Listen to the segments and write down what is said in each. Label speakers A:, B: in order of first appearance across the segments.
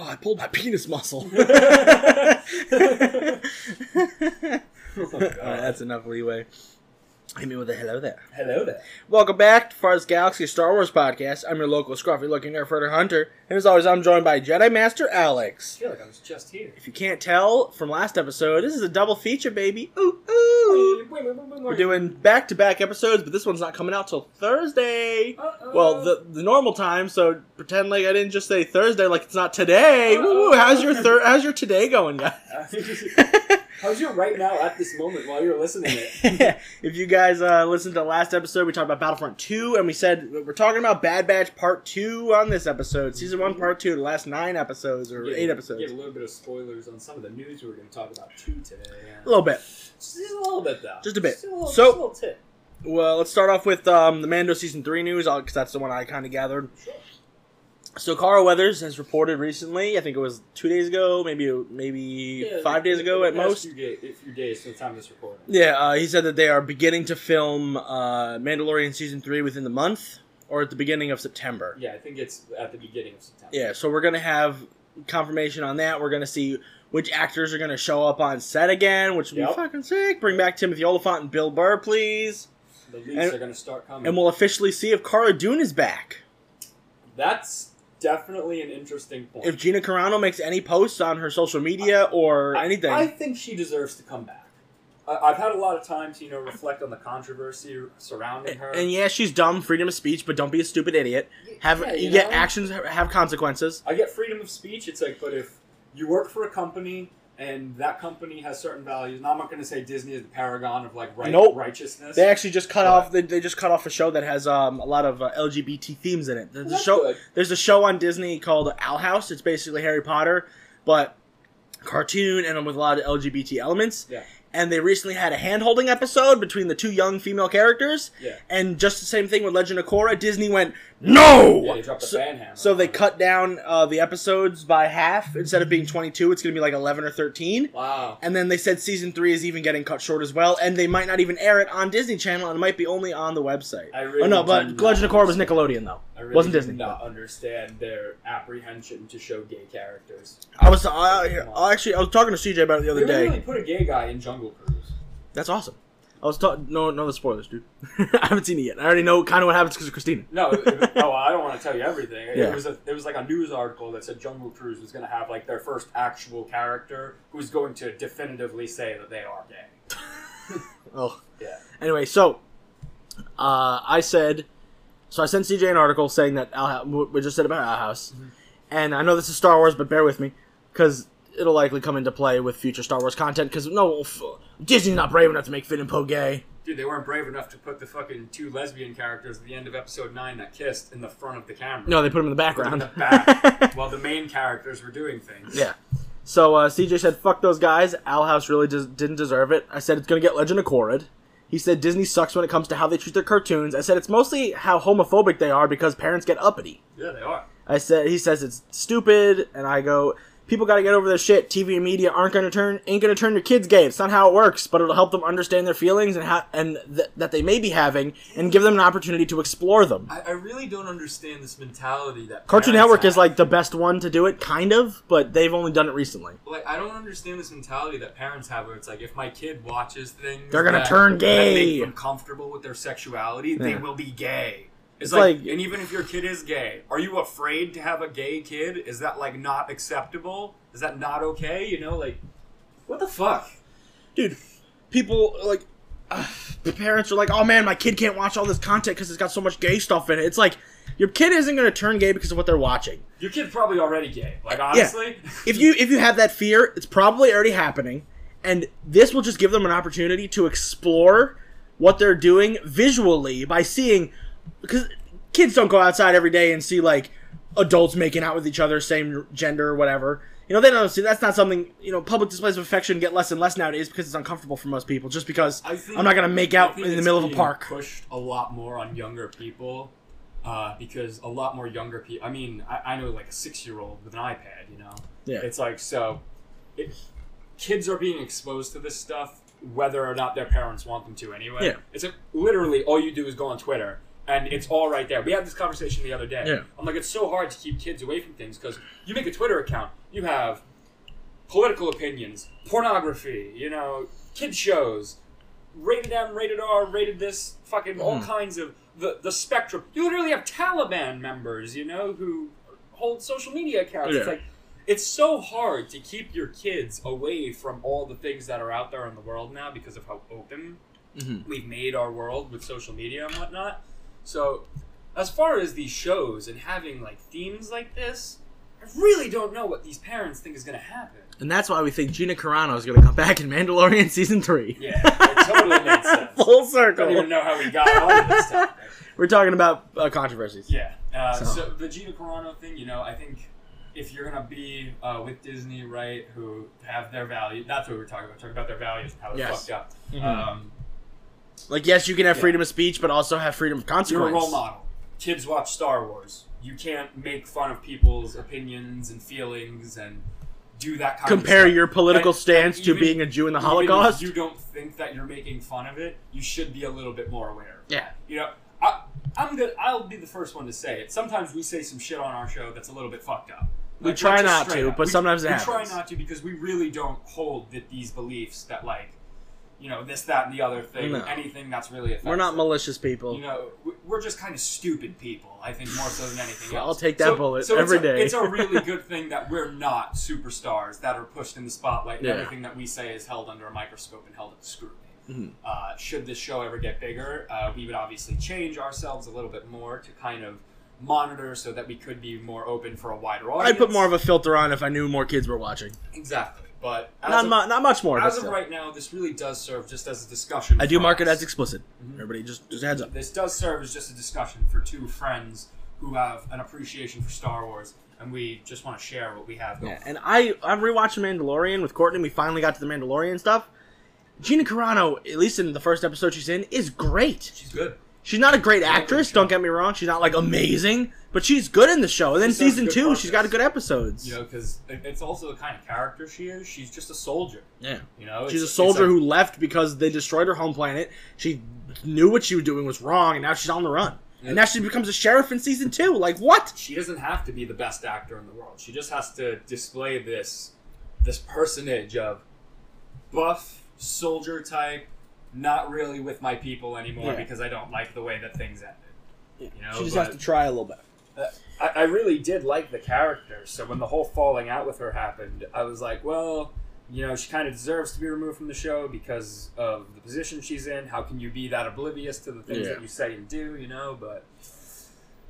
A: Oh, pulled my penis muscle. Alright, that's enough leeway. Hit me with a hello there.
B: Hello there.
A: Welcome back to Far's Galaxy Star Wars podcast. I'm your local scruffy looking Nerfherder Hunter, and as always, I'm joined by Jedi Master
B: I
A: Alex.
B: feel like I was just here.
A: If you can't tell from last episode, this is a double feature, baby. Ooh, ooh. We're doing back to back episodes, but this one's not coming out till Thursday.
B: Uh-oh.
A: Well, the, the normal time, so pretend like I didn't just say Thursday, like it's not today. Woo! How's your thir- How's your today going, guys?
B: How's your right now at this moment while you're listening to it?
A: if you guys uh, listened to the last episode, we talked about Battlefront 2, and we said we're talking about Bad Batch Part 2 on this episode. Season 1, Part 2, the last nine episodes, or eight episodes.
B: Give a little bit of spoilers on some of the news we were going to talk about too today.
A: A little bit.
B: Just a little bit though.
A: Just a bit.
B: little,
A: So-
B: just a little tip.
A: Well, let's start off with um, the Mando Season 3 news, because that's the one I kind of gathered. So Carl Weathers has reported recently, I think it was two days ago, maybe maybe
B: Yeah,
A: five days
B: the-
A: ago
B: the
A: at
B: past
A: most.
B: Few ga- a few days from the time of this recording.
A: Yeah, uh, he said that they are beginning to film uh, Mandalorian season three within the month or at the beginning of September.
B: Yeah, I think it's at the beginning of September.
A: Yeah, so we're gonna have confirmation on that. We're gonna see which actors are gonna show up on set again, which would be
B: Yep.
A: fucking sick. Bring back Timothy Oliphant and Bill Burr, please,
B: The leaks
A: And-
B: are going to start coming.
A: and we'll officially see if Cara Dune is back.
B: That's definitely an interesting point.
A: If Gina Carano makes any posts on her social media or
B: I-
A: anything,
B: I think she deserves to come back. I, I've had a lot of time to, you know, reflect on the controversy surrounding her.
A: and yeah, she's dumb, freedom of speech, but don't be a stupid idiot. Have
B: Yeah,
A: you
B: you
A: get
B: know?
A: actions have consequences.
B: I get freedom of speech. It's like, but if you work for a company and that company has certain values, and I'm not going to say Disney is the paragon of like right,
A: Nope.
B: righteousness.
A: They actually just cut
B: Right.
A: off. They, they just cut off a show that has um, a lot of uh, LGBT themes in it. There's a
B: That's
A: show.
B: good.
A: There's a show on Disney called Owl House. It's basically Harry Potter, but cartoon and with a lot of LGBT elements.
B: Yeah.
A: And they recently had a hand holding episode between the two young female characters.
B: Yeah.
A: And just the same thing with Legend of Korra. Disney went no.
B: Yeah, they dropped
A: Oh! so,
B: a fan hammer.
A: so they cut down uh, the episodes by half. Instead of being 22, it's going to be like 11 or 13.
B: Wow.
A: And then they said season three is even getting cut short as well, and they might not even air it on Disney Channel, and it might be only on the website.
B: I really
A: oh no,
B: do
A: but
B: not
A: Legend of Korra was Nickelodeon though.
B: I really
A: Wasn't
B: do
A: Disney.
B: not understand their apprehension to show gay characters.
A: I was I, I actually I was talking to CJ about it the
B: They
A: other day.
B: really put a gay guy in Jungle Cruise.
A: That's awesome. I was talking no no the spoilers, dude. I haven't seen it yet. I already know kind of what happens because of Christina.
B: No, it- it- oh, I don't want to tell you everything.
A: Yeah.
B: It was a, it was like a news article that said Jungle Cruise was going to have like their first actual character who's going to definitively say that they are gay.
A: Oh.
B: Yeah.
A: Anyway, so uh, I said, so I sent CJ an article saying that Owl House, we just said about Owl House,
B: Mm-hmm.
A: and I know this is Star Wars, but bear with me because it'll likely come into play with future Star Wars content because no, f- Disney's not brave enough to make Finn and Poe gay.
B: Dude, they weren't brave enough to put the fucking two lesbian characters at the end of episode nine that kissed in the front of the camera.
A: No, they put him in the
B: Put them in
A: background.
B: the back while the main characters were doing things.
A: yeah. So uh, CJ said, "Fuck those guys. Owl House really des- didn't deserve it." I said, "It's gonna get Legend of Korra." He said, "Disney sucks when it comes to how they treat their cartoons." I said, "It's mostly how homophobic they are because parents get uppity."
B: yeah, they are.
A: I said he says it's stupid, and I go, people got to get over their shit. TV and media aren't gonna turn ain't gonna turn your kids gay. It's not how it works, but it'll help them understand their feelings and how and th- that they may be having, and give them an opportunity to explore them.
B: I, I really don't understand this mentality that
A: Cartoon
B: parents
A: Network is
B: have.
A: like the best one to do it, kind of, but they've only done it recently.
B: Like I don't understand this mentality that parents have, where it's like if my kid watches things,
A: They're gonna
B: that-
A: turn gay.
B: That make them comfortable with their sexuality. They
A: Yeah.
B: will be gay. It's,
A: It's
B: like,
A: like-
B: and even if your kid is gay, are you afraid to have a gay kid? Is that like not acceptable? Is that not okay? You know, like what the fuck?
A: dude, people like uh, the parents are like, "Oh man, my kid can't watch all this content because it's got so much gay stuff in it." It's like your kid isn't gonna turn gay because of what they're watching.
B: Your kid's probably already gay. Like honestly,
A: if you if you have that fear, it's probably already happening, and this will just give them an opportunity to explore what they're doing visually by seeing because kids don't go outside every day and see like adults making out with each other, same gender, whatever. You know, they don't see that's not something you know. Public displays of affection get less and less nowadays because it's uncomfortable for most people. Just because
B: I think,
A: I'm not going to make
B: I
A: out
B: think
A: in the
B: it's
A: middle of a
B: being
A: park.
B: Pushed a lot more on younger people uh, because a lot more younger people. I mean, I, I know like a six-year-old with an iPad. You know,
A: Yeah.
B: It's like so. It, kids are being exposed to this stuff, whether or not their parents want them to. Anyway,
A: Yeah.
B: It's like literally all you do is go on Twitter. and it's all right there. We had this conversation the other day.
A: Yeah.
B: I'm like, it's so hard to keep kids away from things because you make a Twitter account, you have political opinions, pornography, you know, kid shows, rated M, rated R, rated this, fucking all kinds of the the spectrum. You literally have Taliban members, you know, who hold social media accounts. It's
A: Yeah.
B: like it's so hard to keep your kids away from all the things that are out there in the world now because of how open
A: Mhm.
B: we've made our world with social media and whatnot. So, as far as these shows and having like themes like this, I really don't know what these parents think is going to happen.
A: And that's why we think Gina Carano is going to come back in Mandalorian season three.
B: Yeah, it totally makes sense.
A: Full
B: I don't even
A: circle.
B: know how we got on this topic.
A: We're talking about uh, controversies.
B: Yeah. Uh,
A: So-
B: so. the Gina Carano thing, you know, I think if you're gonna be uh, with Disney, right, who have their value, that's what we're talking about. Talking about their values and how they're
A: Yes.
B: fucked up.
A: Mhm.
B: Um,
A: Like, yes, you can have
B: Yeah.
A: freedom of speech, but also have freedom of
B: you're
A: consequence.
B: a role model. Kids watch Star Wars. You can't make fun of people's opinions and feelings and do that kind
A: Compare
B: of stuff.
A: your political
B: And-
A: stance
B: and
A: to
B: even-
A: being a Jew in the
B: even if
A: Holocaust.
B: you don't think that you're making fun of it. You should be a little bit more aware.
A: yeah.
B: You know, I, I'm good. I'll be the first one to say it. Sometimes we say some shit on our show that's a little bit fucked up.
A: We
B: Like,
A: try
B: like, just
A: not
B: straight
A: to,
B: up.
A: but
B: We-
A: sometimes it
B: we
A: happens.
B: try not to because we really don't hold that these beliefs that like, you know, this, that, and the other thing,
A: No.
B: anything that's really offensive.
A: We're not malicious people.
B: You know, we- we're just kind of stupid people. I think more so than anything
A: I'll
B: else.
A: take that
B: so,
A: bullet
B: so
A: every
B: it's a,
A: day.
B: it's a really good thing that we're not superstars that are pushed in the spotlight. and
A: Yeah.
B: Everything that we say is held under a microscope and held up to scrutiny.
A: Mhm.
B: Uh, should this show ever get bigger, uh, we would obviously change ourselves a little bit more to kind of monitor so that we could be more open for a wider audience.
A: I'd put more of a filter on if I knew more kids were watching.
B: exactly, but as
A: Not,
B: of,
A: mu- not much more. but
B: as of
A: still.
B: right now, this really does serve just as a discussion.
A: I do
B: for
A: mark it
B: us.
A: as explicit.
B: Mm-hmm.
A: Everybody, just just heads up.
B: This does serve as just a discussion for two friends who have an appreciation for Star Wars, and we just want to share what we have. Going.
A: Yeah, and I I'm rewatching Mandalorian with Courtney. We finally got to the Mandalorian stuff. Gina Carano, at least in the first episode she's in, is great.
B: She's good.
A: She's not a great
B: good
A: actress.
B: show.
A: Don't get me wrong. She's not like amazing, but she's good in the show. And then
B: She's done
A: season
B: good
A: two,
B: progress.
A: she's got good episodes.
B: You know, because it's also the kind of character she is. She's just a soldier.
A: yeah,
B: You know,
A: she's a
B: It's- it's
A: soldier
B: like-
A: who left because they destroyed her home planet. She knew what she was doing was wrong, and now she's on the run.
B: Yeah.
A: And now she becomes a sheriff in season two. Like what?
B: she doesn't have to be the best actor in the world. She just has to display this this personage of buff soldier type, not really with my people anymore
A: Yeah.
B: because I don't like the way that things ended. You know,
A: she just
B: but-
A: has to try a little bit.
B: I, I really did like the character. So when the whole falling out with her happened, I was like, well, you know, she kind of deserves to be removed from the show because of the position she's in. How can you be that oblivious to the things
A: Yeah.
B: that you say and do, you know? But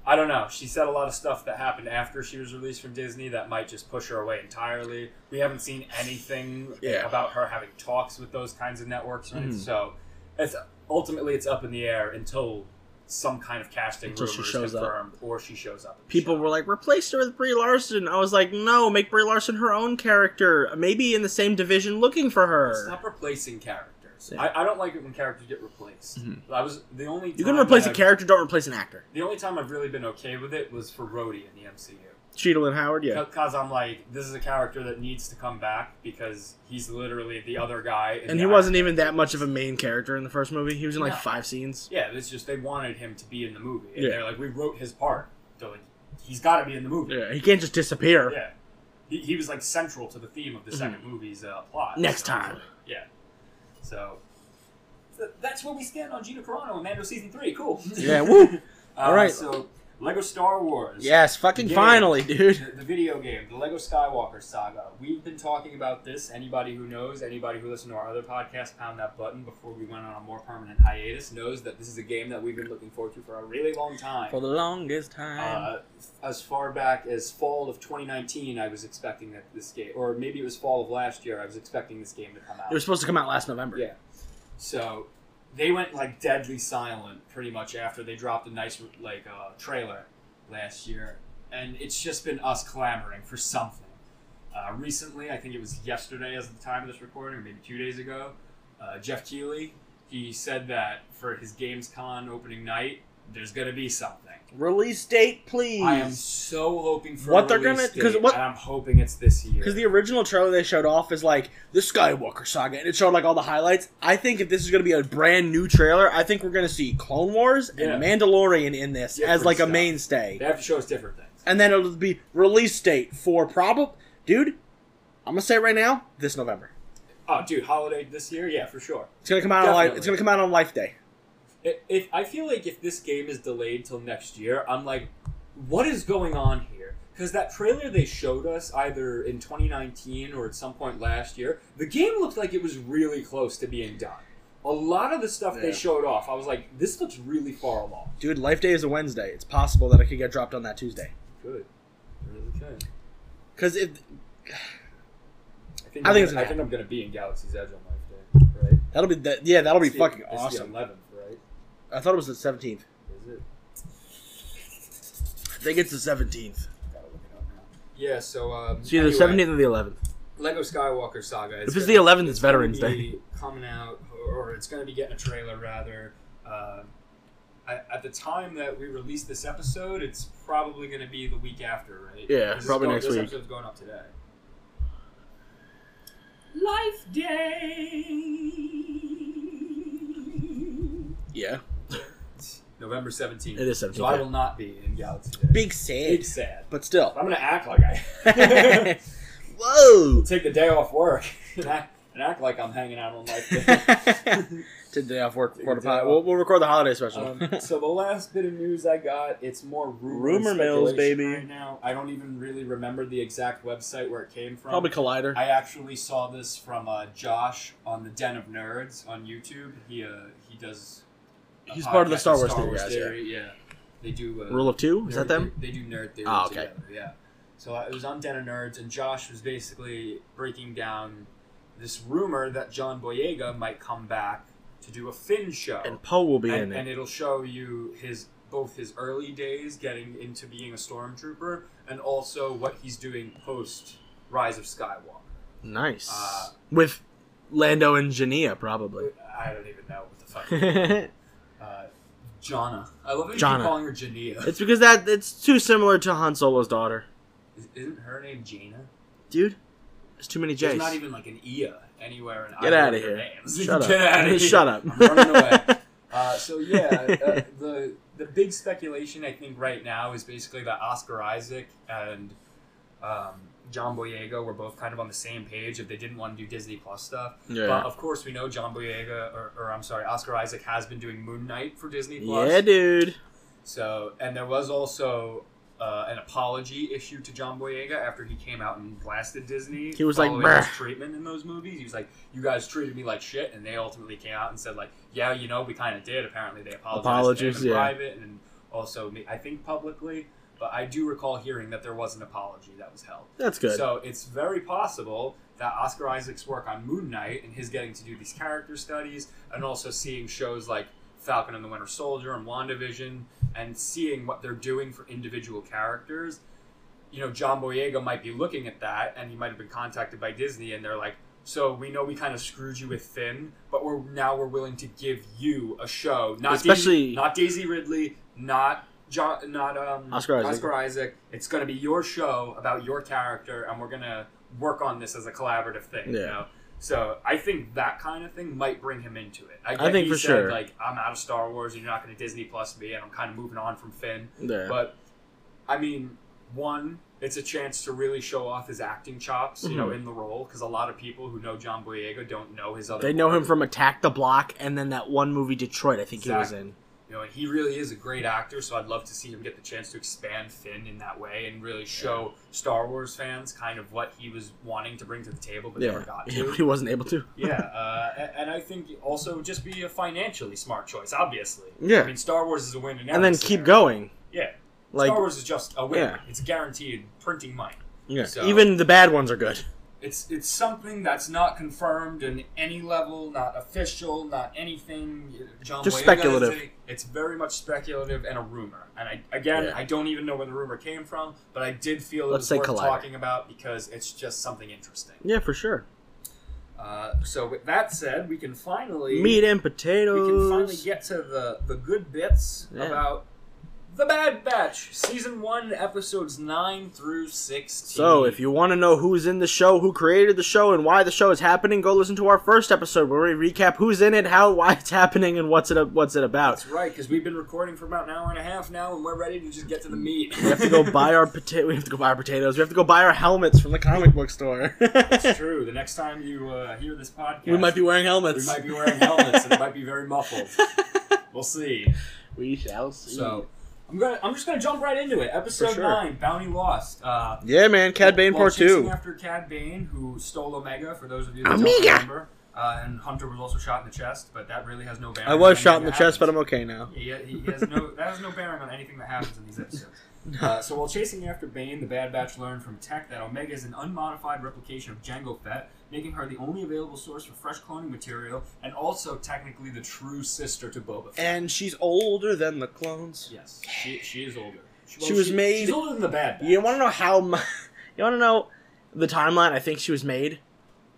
B: I don't know. She said a lot of stuff that happened after she was released from Disney that might just push her away entirely. We haven't seen anything
A: Yeah.
B: about her having talks with those kinds of networks, right?
A: Mhm.
B: So it's ultimately it's up in the air until some kind of casting
A: Until
B: rumor
A: she
B: is
A: shows up.
B: confirmed or she shows up. in the
A: people
B: show.
A: were like, replace her with Brie Larson. I was like, no, make Brie Larson her own character, maybe in the same division looking for her.
B: Stop replacing characters.
A: Yeah. Mm-hmm.
B: I, I don't like it when characters get replaced. I was the only
A: You
B: time
A: can replace
B: that
A: a
B: I've-
A: character, don't replace an actor.
B: The only time I've really been okay with it was for Rhodey in the MCU.
A: Cheadle and Howard, yeah.
B: Because I'm like, this is a character that needs to come back because he's literally the other guy.
A: And
B: in
A: he
B: the Iron
A: wasn't
B: Man
A: even that much of a main character in the first movie. He was in like
B: No.
A: five scenes.
B: Yeah, it's just they wanted him to be in the movie. And
A: Yeah.
B: They're like, we wrote his part. So like, he's got to be in the movie.
A: Yeah, he can't just disappear.
B: Yeah. He, he was like central to the theme of the second movie's uh, plot.
A: Mm-hmm. Next
B: So,
A: time.
B: Yeah. So th- that's where we stand on Gina Carano and Mando season three. Cool.
A: Yeah, woo.
B: Uh,
A: All right.
B: So Lego Star Wars.
A: Yes, fucking
B: Yeah.
A: finally, dude.
B: The, the video game, the Lego Skywalker saga. We've been talking about this. Anybody who knows, anybody who listened to our other podcast, pound that button before we went on a more permanent hiatus, knows that this is a game that we've been looking forward to for a really long time.
A: For the longest time.
B: Uh, as far back as fall of 2019, I was expecting that this game, or maybe it was fall of last year, I was expecting this game to come out.
A: it was supposed to come out last November.
B: yeah. So they went like deadly silent pretty much after they dropped a nice like uh, trailer last year, and it's just been us clamoring for something. Uh, recently, I think it was yesterday, as of the time of this recording, or maybe two days ago, uh, Jeff Keeley he said that for his Games Con opening night, there's gonna be something.
A: Release date, please.
B: I am so hoping for
A: What
B: a
A: they're
B: release
A: gonna- 'cause
B: date,
A: what-
B: and I'm hoping it's this year.
A: Because the original trailer they showed off is like the Skywalker saga, and it showed like all the highlights. I think if this is going to be a brand new trailer, I think we're going to see Clone Wars and
B: Yeah.
A: Mandalorian in this as
B: Different
A: like
B: stuff.
A: a mainstay,
B: they have to show us different things.
A: and then it'll be release date for probably dude. I'm gonna say it right now, this November.
B: Oh, dude, holiday this year? Yeah, for sure.
A: It's gonna come out on life. It's gonna
B: Definitely.
A: come out on Life Day.
B: I- If I feel like if this game is delayed till next year, I'm like, what is going on here? Because that trailer they showed us either in 2019 or at some point last year, the game looked like it was really close to being done. A lot of the stuff they
A: Yeah.
B: showed off, I was like, this looks really far along.
A: Dude, Life Day is a Wednesday. It's possible that it could get dropped on that Tuesday.
B: Good, really good.
A: Because if
B: I think,
A: I
B: I
A: think it's
B: think, I
A: gonna
B: think I'm gonna be in Galaxy's Edge on Life Day, right?
A: that'll be the, yeah, that'll be
B: It's the-
A: fucking
B: it's the
A: awesome.
B: 11th, right?
A: I thought it was the 17th.
B: Is it?
A: I think it's the 17th.
B: Gotta look it up now. Yeah. So um,
A: It's either the
B: anyway,
A: 17th or the 11th.
B: Lego Skywalker Saga.
A: If it's the
B: gonna-
A: 11th, it's
B: gonna
A: Veterans Day.
B: be coming out, or it's going to be getting a trailer rather. Uh, at at the time that we release this episode, it's probably going to be the week after, right?
A: Yeah,
B: This is
A: probably
B: going-
A: next
B: this
A: week.
B: episode's going up today. Life Day.
A: Yeah.
B: November seventeenth.
A: It is 17th,
B: So I
A: yeah.
B: will not be in Galaxy Day.
A: Big
B: Big
A: sad.
B: sad.
A: But still.
B: I'm gonna act like I
A: Whoa!
B: take the day off work and act, and act like I'm hanging out on life day.
A: Today off work, record a pod- We'll, we'll record the holiday special.
B: Um, so the last bit of news I got, it's more rumor,
A: Rumor
B: and
A: mills,
B: speculation
A: baby.
B: Right now, I don't even really remember the exact website where it came from.
A: Probably Collider.
B: I actually saw this from uh, Josh on the Den of Nerds on YouTube. He uh, he does. a
A: He's part of the
B: podcast,
A: Star Wars
B: Star
A: theory
B: Wars
A: guys, yeah.
B: theory. Yeah. They do. Uh,
A: Rule of two? Is that
B: nerd-
A: them?
B: They, they do nerd theory.
A: Ah, okay.
B: together, yeah. So uh, it was on Den of Nerds, and Josh was basically breaking down this rumor that John Boyega might come back to do a Finn show
A: And Poe will be in
B: and, and
A: it.
B: it'll show you his both his early days getting into being a stormtrooper and also what he's doing post Rise of Skywalker.
A: Nice.
B: Uh,
A: With Lando and Jania, probably.
B: I don't even know what the fuck.
A: it's
B: uh, Jonna. I love that you keep
A: Jonna.
B: calling her Jania.
A: because that it's too similar to Han Solo's daughter.
B: Is- Isn't her name Jaina?
A: Dude, there's too many J's.
B: There's not even like an Ia anywhere in
A: Get
B: either
A: outta
B: of
A: here.
B: their names.
A: Shut up.
B: Get out of here.
A: Shut up.
B: I'm running away. Uh, so yeah, uh, the the big speculation I think right now is basically that Oscar Isaac and um, John Boyega were both kind of on the same page if they didn't want to do Disney Plus stuff. But
A: yeah.
B: of course, we know John Boyega, or, or I'm sorry, Oscar Isaac has been doing Moon Knight for Disney Plus.
A: yeah, dude.
B: So, and there was also uh, an apology issue to John Boyega after he came out and blasted Disney.
A: He was like,
B: following his
A: "Bruh."
B: treatment in those movies. He was like, "You guys treated me like shit," and they ultimately came out and said, "Like, yeah, you know, we kind of did." Apparently, they apologized
A: Apologies,
B: to him in
A: yeah.
B: private and also, me- I think, publicly. But I do recall hearing that there was an apology that was held.
A: That's good.
B: So it's very possible that Oscar Isaac's work on Moon Knight and his getting to do these character studies and also seeing shows like Falcon and the Winter Soldier and WandaVision and seeing what they're doing for individual characters, you know, John Boyega might be looking at that and he might have been contacted by Disney and they're like, so we know we kind of screwed you with Finn, but we're now we're willing to give you a show, not
A: Especially-
B: Daisy, not Daisy Ridley, not John, not um,
A: Oscar Isaac.
B: Oscar Isaac. It's going to be your show about your character, and we're going to work on this as a collaborative thing. You
A: Yeah.
B: know? So I think that kind of thing might bring him into it. I, get
A: think
B: he
A: for
B: said,
A: sure.
B: Like I'm out of Star Wars, and you're not going to Disney Plus me, and I'm kind of moving on from Finn.
A: yeah.
B: But I mean, one, it's a chance to really show off his acting chops,
A: Mm-hmm.
B: you know, in the role, because a lot of people who know John Boyega don't know his other.
A: They know him
B: roles.
A: from Attack the Block and then that one movie Detroit I think
B: Exactly.
A: he was in.
B: you know, and he really is a great actor. So I'd love to see him get the chance to expand Finn in that way and really show Star Wars fans kind of what he was wanting to bring to the table, but never
A: Yeah.
B: got
A: yeah,
B: to.
A: but he wasn't able to.
B: yeah, uh, a- and I think also just be a financially smart choice. Obviously,
A: Yeah.
B: I mean, Star Wars is a win, in
A: And then
B: every
A: keep
B: scenario.
A: going.
B: Yeah,
A: Like
B: Star Wars is just a win.
A: Yeah.
B: It's guaranteed printing money.
A: yeah.
B: so-
A: even the bad ones are good.
B: It's it's something that's not confirmed in any level, not official, not anything. John
A: Just
B: Boyega is
A: speculative.
B: saying It's very much speculative and a rumor. And I again,
A: Yeah.
B: I don't even know where the rumor came from, but I did feel it
A: Let's
B: was
A: say
B: worth
A: Collider.
B: talking about because it's just something interesting.
A: Yeah, for sure.
B: Uh, so with that said, we can finally
A: Meat and
B: we
A: potatoes.
B: can finally get to the the good bits
A: Yeah.
B: about The Bad Batch, season one, episodes nine through sixteen.
A: So, if you want to know who's in the show, who created the show, and why the show is happening, go listen to our first episode where we recap who's in it, how, why it's happening, and what's it what's it about.
B: that's right, because we've been recording for about an hour and a half now, and we're ready to just get to the meat.
A: We have to go buy our pota- We have to go buy our potatoes. We have to go buy our helmets from the comic book store.
B: It's true. The next time you uh, hear this podcast,
A: we might be wearing helmets.
B: we might be wearing helmets, and it might be very muffled. We'll see.
A: We shall see.
B: So I'm gonna I'm just gonna jump right into it. Episode
A: For sure.
B: nine, Bounty Lost. Uh,
A: yeah, man, Cad Bane
B: while
A: Part
B: chasing
A: Two.
B: After Cad Bane, who stole Omega. For those of you that don't
A: Omega!
B: remember, uh, and Hunter was also shot in the chest, but that really has no bearing.
A: I was
B: on
A: shot in the
B: anything
A: chest,
B: that
A: but I'm okay now.
B: happens. He, he has no that has no bearing on anything that happens in these episodes. Uh, so while chasing after Bane, the Bad Batch learned from Tech that Omega is an unmodified replication of Jango Fett, making her the only available source for fresh cloning material, and also technically the true sister to Boba. Fett.
A: And she's older than the clones.
B: Yes, she, she is older.
A: She was made-
B: She's older than the Bad Batch.
A: You want to know how? Mu- you want to know the timeline? I think she was made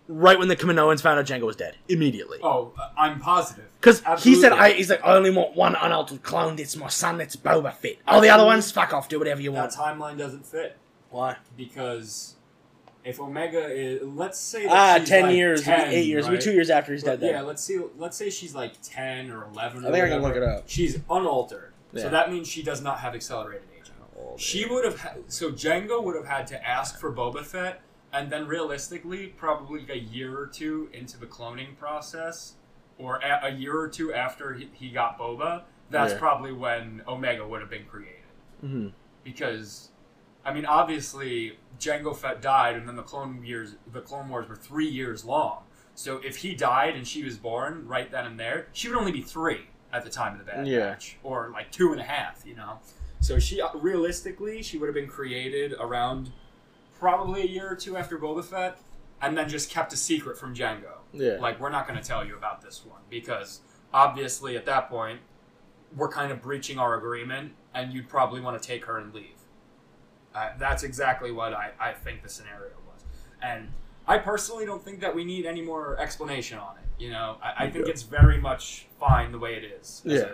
A: right when the Kaminoans found out Django was dead immediately.
B: Oh, uh, I'm positive.
A: Because he
B: Absolutely.
A: said, I, he's like, I only want one unaltered clone. It's my son. It's Boba Fett. All the other ones, fuck off. Do whatever you want.
B: that timeline doesn't fit
A: Why?
B: because if Omega is, let's say that
A: Ah,
B: she's
A: ten
B: like
A: years, it'd
B: 10,
A: be eight years, it'd
B: right?
A: be two years after he's
B: Right,
A: dead.
B: Yeah,
A: Then.
B: let's see. Let's say she's like ten or eleven. Or
A: I think I can
B: whatever.
A: look it up.
B: She's unaltered,
A: Yeah.
B: so that means she does not have accelerated aging. She would have. Ha- so Django would have had to ask for Boba Fett, and then realistically, probably a year or two into the cloning process, or a, a year or two after he, he got Boba, that's
A: Yeah.
B: probably when Omega would have been created.
A: hmm
B: Because, I mean, obviously Django Fett died, and then the Clone years, the Clone Wars were three years long. So if he died and she was born right then and there, she would only be three at the time of the Bad
A: Yeah.
B: Batch, or like two and a half, you know. So she uh, realistically, she would have been created around probably a year or two after Boba Fett, and then just kept a secret from Django.
A: Yeah.
B: Like we're not going to tell you about this one because obviously at that point we're kind of breaching our agreement, and you'd probably want to take her and leave. Uh, that's exactly what I, I think the scenario was. And I personally don't think that we need any more explanation on it. You know, I, I think it's very much fine the way it is, as,
A: Yeah.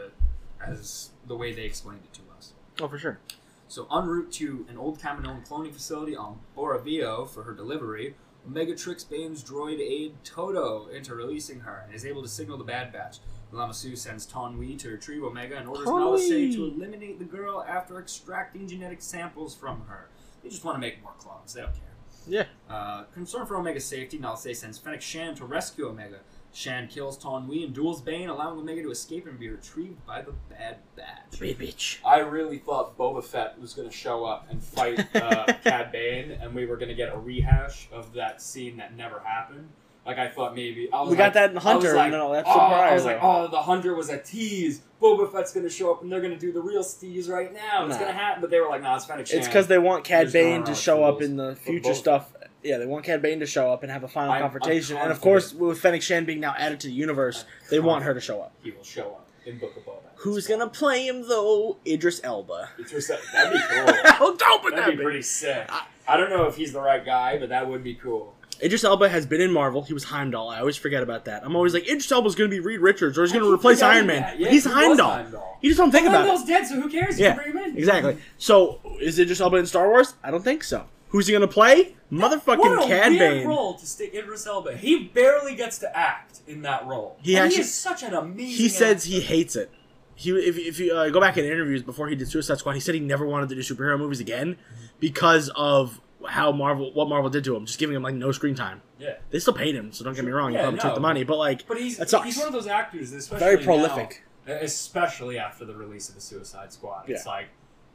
B: a, as the way they explained it to us.
A: Oh, for sure.
B: So, en route to an old Kaminoan cloning facility on Boravio for her delivery, Omega tricks Bane's droid aide Toto into releasing her and is able to signal the Bad Batch. Lamasu sends Tonwi to retrieve Omega and orders Nalase
A: Tonwi!
B: to eliminate the girl after extracting genetic samples from her. They just want to make more clones, they don't care.
A: Yeah.
B: Uh, concerned for Omega's safety, Nalse sends Fennec Shan to rescue Omega. Shan kills Tonwi and duels Bane, allowing Omega to escape and be retrieved by the Bad Batch.
A: Bitch.
B: I really thought Boba Fett was going to show up and fight uh, Cad Bane, and we were going to get a rehash of that scene that never happened. Like I thought maybe I was
A: We
B: like,
A: got that in Hunter.
B: I was like,
A: no, that's
B: oh, I was
A: surprising.
B: like, oh, the Hunter was a tease. Boba Fett's going to show up, and they're going to do the real steeze right now. It's
A: Nah.
B: going to happen. But they were like, nah, it's Fennec Shan.
A: it's because they want Cad
B: There's no
A: Bane to
B: route
A: show
B: for
A: up
B: those-
A: in the
B: for
A: future
B: both.
A: stuff. Yeah, they want Cad Bane to show up and have a final
B: I'm- I'm
A: confrontation. and of course, with Fennec Shan being now added to the universe,
B: I'm
A: they want
B: confident.
A: her to show up.
B: he will show up in Book of Boba.
A: Who's gonna play him though? Idris Elba.
B: It's just that- That'd be cool.
A: How dope would
B: That'd
A: that
B: be
A: be?
B: pretty sick.
A: I-
B: I don't know if he's the right guy, but that would be cool.
A: Idris Elba has been in Marvel. He was Heimdall. I always forget about that. I'm always like, Idris Elba's gonna be Reed Richards or he's
B: I
A: gonna
B: keep
A: replace
B: forgetting
A: Iron Man.
B: that.
A: But
B: Yeah,
A: he's
B: he was
A: Heimdall.
B: Heimdall.
A: You just don't think about it.
B: Heimdall's dead, so who cares?
A: Yeah,
B: You can bring him in.
A: Exactly. So, is Idris Elba in Star Wars? I don't think so. Who's he gonna play?
B: What
A: Motherfucking
B: a
A: Cad
B: weird
A: Bane.
B: role to stick Idris Elba. He barely gets to act in that role.
A: He
B: And
A: actually-
B: is such an amazing.
A: He says he hates it. He, if, if you uh, go back in interviews before he did Suicide Squad, he said he never wanted to do superhero movies again because of how Marvel, what Marvel did to him, just giving him like no screen time.
B: Yeah,
A: They still paid him, so don't get me wrong.
B: Yeah,
A: he probably
B: no.
A: took the money, but like,
B: but he's
A: That sucks.
B: he's one of those actors, that especially
A: Very prolific.
B: now, especially after the release of the Suicide Squad. It's
A: Yeah.
B: like,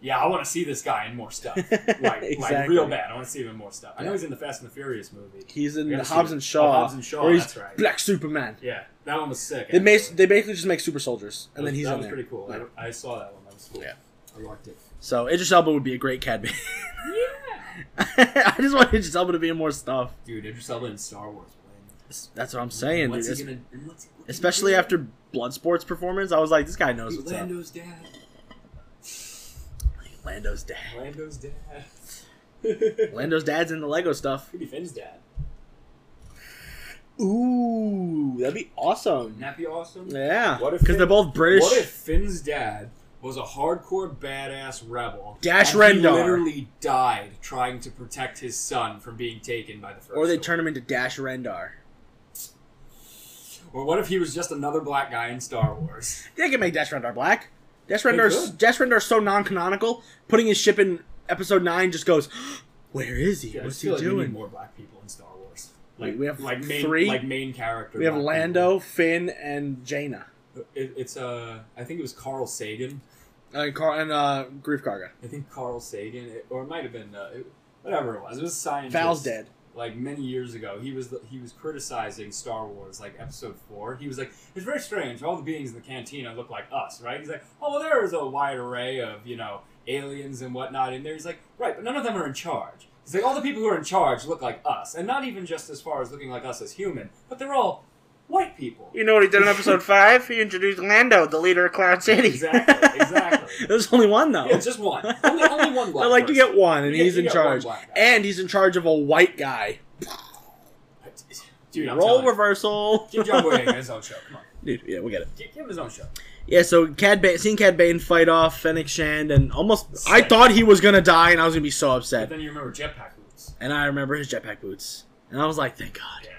B: yeah, I want to see this guy in more stuff, like like
A: Exactly.
B: real bad. I want to see him in more stuff. I know
A: Yeah.
B: he's in the Fast and the Furious movie.
A: he's in
B: Yeah,
A: the
B: I've seen
A: Hobbs
B: it.
A: and Shaw.
B: Oh, Hobbs and Shaw,
A: where he's
B: that's right.
A: Black Superman.
B: Yeah, that one was sick.
A: They, ma-
B: actually.
A: they basically just make super soldiers, and then
B: That was-
A: he's
B: that
A: in
B: was
A: there.
B: pretty cool.
A: Like,
B: I, I saw that one. That was cool.
A: Yeah.
B: I liked it.
A: so Idris Elba would be a great Cad Bane.
B: Yeah,
A: I just want Idris Elba to be in more stuff.
B: dude, Idris Elba in Star Wars. Man.
A: That's what I'm saying,
B: What's
A: dude.
B: he
A: Es-
B: gonna- and what's- what's he
A: Especially
B: gonna
A: after Bloodsport's performance, I was like, this guy knows
B: do?
A: what's up.
B: Lando's dad.
A: Lando's dad.
B: Lando's dad. Could
A: Lando's dad's in the Lego stuff.
B: be Finn's dad.
A: Ooh, that'd be awesome.
B: Wouldn't that be awesome?
A: Yeah,
B: What if
A: because
B: they-
A: they're both British.
B: What if Finn's dad was a hardcore badass rebel.
A: Dash
B: and he
A: Rendar.
B: literally died trying to protect his son from being taken by the first.
A: Or they
B: order.
A: turn him into Dash Rendar.
B: Or what if he was just another black guy in Star Wars?
A: They can make Dash Rendar black. Dash Rendar's
B: could.
A: Dash Rendar's so non-canonical. Putting his ship in Episode Nine just goes. Where is he?
B: Yeah, I
A: What's
B: just
A: he
B: feel like we need
A: doing?
B: more black people in Star Wars.
A: We-
B: Like
A: we have
B: like main,
A: three.
B: like main character.
A: We have
B: black
A: Lando, Finn, and Jaina,
B: people. It, it's uh, I think it was Carl Sagan.
A: and, Car- and uh, Grief Karga.
B: I think Carl Sagan, it- or it might have been uh, it- whatever it was. It was a scientist.
A: Val's dead.
B: Like many years ago, he was the, he was criticizing Star Wars, like Episode Four. He was like, "It's very strange. All the beings in the cantina look like us, right?" He's like, "Oh, well, there is a wide array of you know aliens and whatnot in there." He's like, "Right, but none of them are in charge." He's like, "All the people who are in charge look like us, and not even just as far as looking like us as human, but they're all white people."
A: You know what he did in Episode Five? He introduced Lando, the leader of Cloud City.
B: Exactly, exactly.
A: There's only one though.
B: Yeah, just one. Only, only one black.
A: I like to
B: person.
A: get one, and
B: You get-
A: he's
B: you
A: in
B: get one
A: charge.
B: black guy.
A: And he's in charge of a white guy.
B: Dude, I'm
A: Role
B: telling you.
A: reversal.
B: Give John Boyega his own show. Come on.
A: Dude, yeah, we get it.
B: Give, give him his own show.
A: Yeah, so Cad Bane, seeing Cad Bane fight off Fennec Shand, and almost I
B: Sick.
A: thought he was gonna die, and I was gonna be so
B: But
A: upset.
B: then you remember Jetpack Boots.
A: And I remember his jetpack boots, and I was like, thank God.
B: Yeah.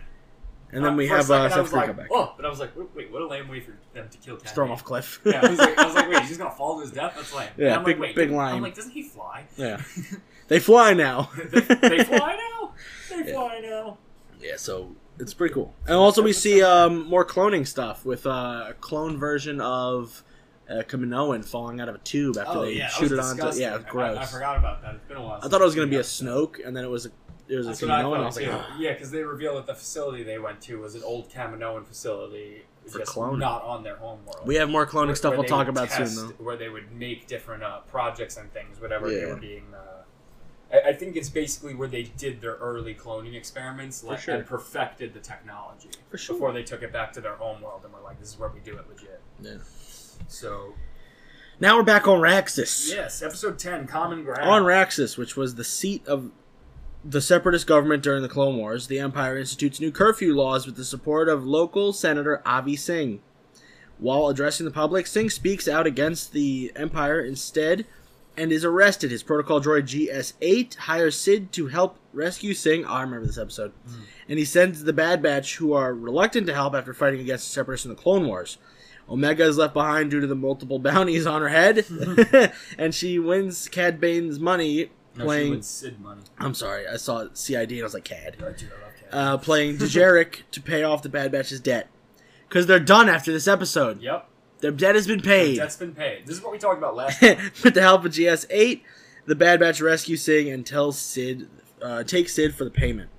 A: And then
B: Uh,
A: we
B: for a
A: have uh,
B: second I was
A: Seth Green
B: like,
A: come back,
B: Oh, but I was like, wait, wait, what a lame way for them to kill Cat.
A: just throw him off a cliff.
B: Yeah, I was, like, I was like, wait, he's just gonna fall to his death? That's lame.
A: Yeah,
B: And I'm
A: big-
B: like, wait,
A: big
B: I'm
A: lime.
B: like, doesn't he fly?
A: Yeah. they fly now.
B: they, they fly now. They
A: Yeah.
B: fly now.
A: Yeah, so it's pretty cool. And also, we see um, more cloning stuff with uh, a clone version of uh, Kaminoan falling out of a tube after
B: oh
A: they
B: yeah, that
A: shoot it
B: was
A: onto.
B: disgusting.
A: Yeah,
B: I-
A: gross.
B: I,
A: I,
B: I forgot about that. It's been a while.
A: thought it was gonna
B: since
A: be a
B: I've seen that.
A: Snoke, and then it was a it was
B: That's
A: a
B: what I
A: Kaminoan. I
B: thought
A: was like,
B: too.
A: "Ugh."
B: yeah, because they reveal that the facility they went to was an old Kaminoan facility,
A: For
B: just
A: cloning.
B: not on their home world.
A: we have more cloning
B: where-
A: stuff.
B: where
A: We'll
B: they
A: talk
B: would
A: about
B: test-
A: soon, though.
B: Where they would make different uh, projects and things, whatever they
A: Yeah.
B: were being. Uh, I, I think it's basically where they did their early cloning experiments like,
A: sure.
B: and perfected the technology
A: For sure.
B: before they took it back to their home world and were like, "This is where we do it legit."
A: Yeah.
B: So
A: Now we're back on Raxus.
B: yes, episode ten, common ground.
A: On Raxus, which was the seat of the separatist government during the Clone Wars, the Empire institutes new curfew laws with the support of local Senator Avi Singh. While addressing the public, Singh speaks out against the Empire instead and is arrested. His protocol droid GS 8 hires Sid to help rescue Singh. I remember this episode.
B: Hmm.
A: And he sends the Bad Batch, who are reluctant to help after fighting against the separatists in the Clone Wars. Omega is left behind due to the multiple bounties on her head, and she wins Cad Bane's money
B: No, she
A: playing.
B: wins Sid money.
A: I'm sorry, I saw CID and I was like, Cad.
B: I do, I love Cat.
A: Uh, playing Dejeric to pay off the Bad Batch's debt. Because they're done after this episode.
B: Yep,
A: Their debt has been paid.
B: that's been paid. This is what we talked about last.
A: With the help of GS8, the Bad Batch rescue Sing and tells Sid, uh, take Sid for the payment.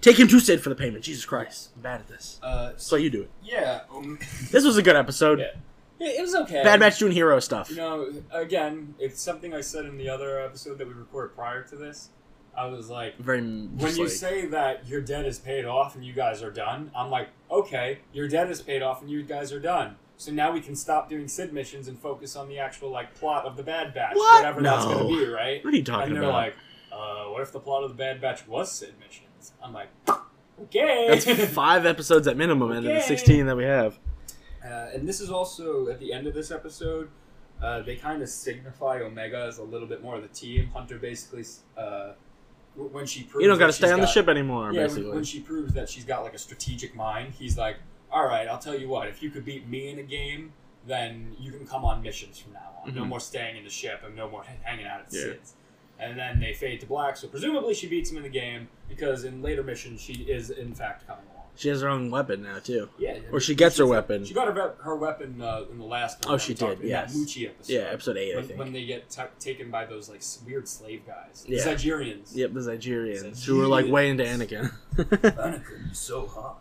A: Take him to Sid for the payment. Jesus Christ. I'm bad at this.
B: Uh,
A: So you do it.
B: yeah, um,
A: This was a good episode.
B: Yeah. it it was okay.
A: Bad Batch doing hero stuff.
B: You know, again, it's something I said in the other episode that we recorded prior to this. I was like,
A: Very.
B: when you say that your debt is paid off and you guys are done, I'm like, okay, your debt is paid off and you guys are done. So now we can stop doing Sid missions and focus on the actual like plot of the Bad Batch,
A: What?
B: whatever that's
A: No.
B: going to be, right?
A: What are you talking
B: and they're
A: about?
B: like, uh, what if the plot of the Bad Batch was Sid missions? I'm like, okay.
A: That's five episodes at minimum out of the
B: Okay.
A: 16 that we have.
B: Uh, and this is also at the end of this episode. Uh, they kind of signify Omega as a little bit more of the team. Hunter basically, uh, w- when she proves
A: You don't
B: got
A: gotta stay on the ship anymore,
B: yeah,
A: basically.
B: when, when she proves that she's got like a strategic mind, he's like, "All right, I'll tell you what. If you could beat me in a game, then you can come on missions from now on. No
A: Mhm.
B: more staying in the ship, and no more h- hanging out at
A: Yeah.
B: Sid's." And then they fade to black. So presumably she beats him in the game because in later missions she is in fact coming along.
A: She has her own weapon now, too.
B: Yeah, I
A: Or she
B: mean,
A: gets her
B: she's-
A: weapon.
B: She got her ve- her weapon uh, in the last. one
A: Oh,
B: that
A: she
B: we talked
A: did,
B: about,
A: yes.
B: that Muchi episode.
A: Yeah, episode 8, I
B: When,
A: think.
B: when they get ta taken by those like s- weird slave guys,
A: Yeah.
B: the Nigerians.
A: Yep, the Nigerians, who were like
B: Nigerians.
A: way into Anakin.
B: Anakin is so hot.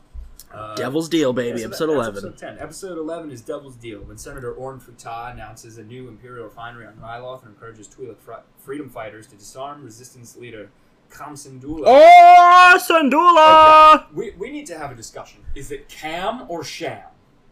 B: Uh,
A: Devil's Deal, baby,
B: yeah, so
A: episode
B: that- that's
A: 11.
B: Episode ten. Episode eleven is Devil's Deal when Senator Orm Futah announces a new imperial refinery on Ryloth and encourages Twi'lek fr- freedom fighters to disarm resistance leader Kamsandula.
A: Oh, Sandula!
B: We, we need to have a discussion. Is it Cam or Sham?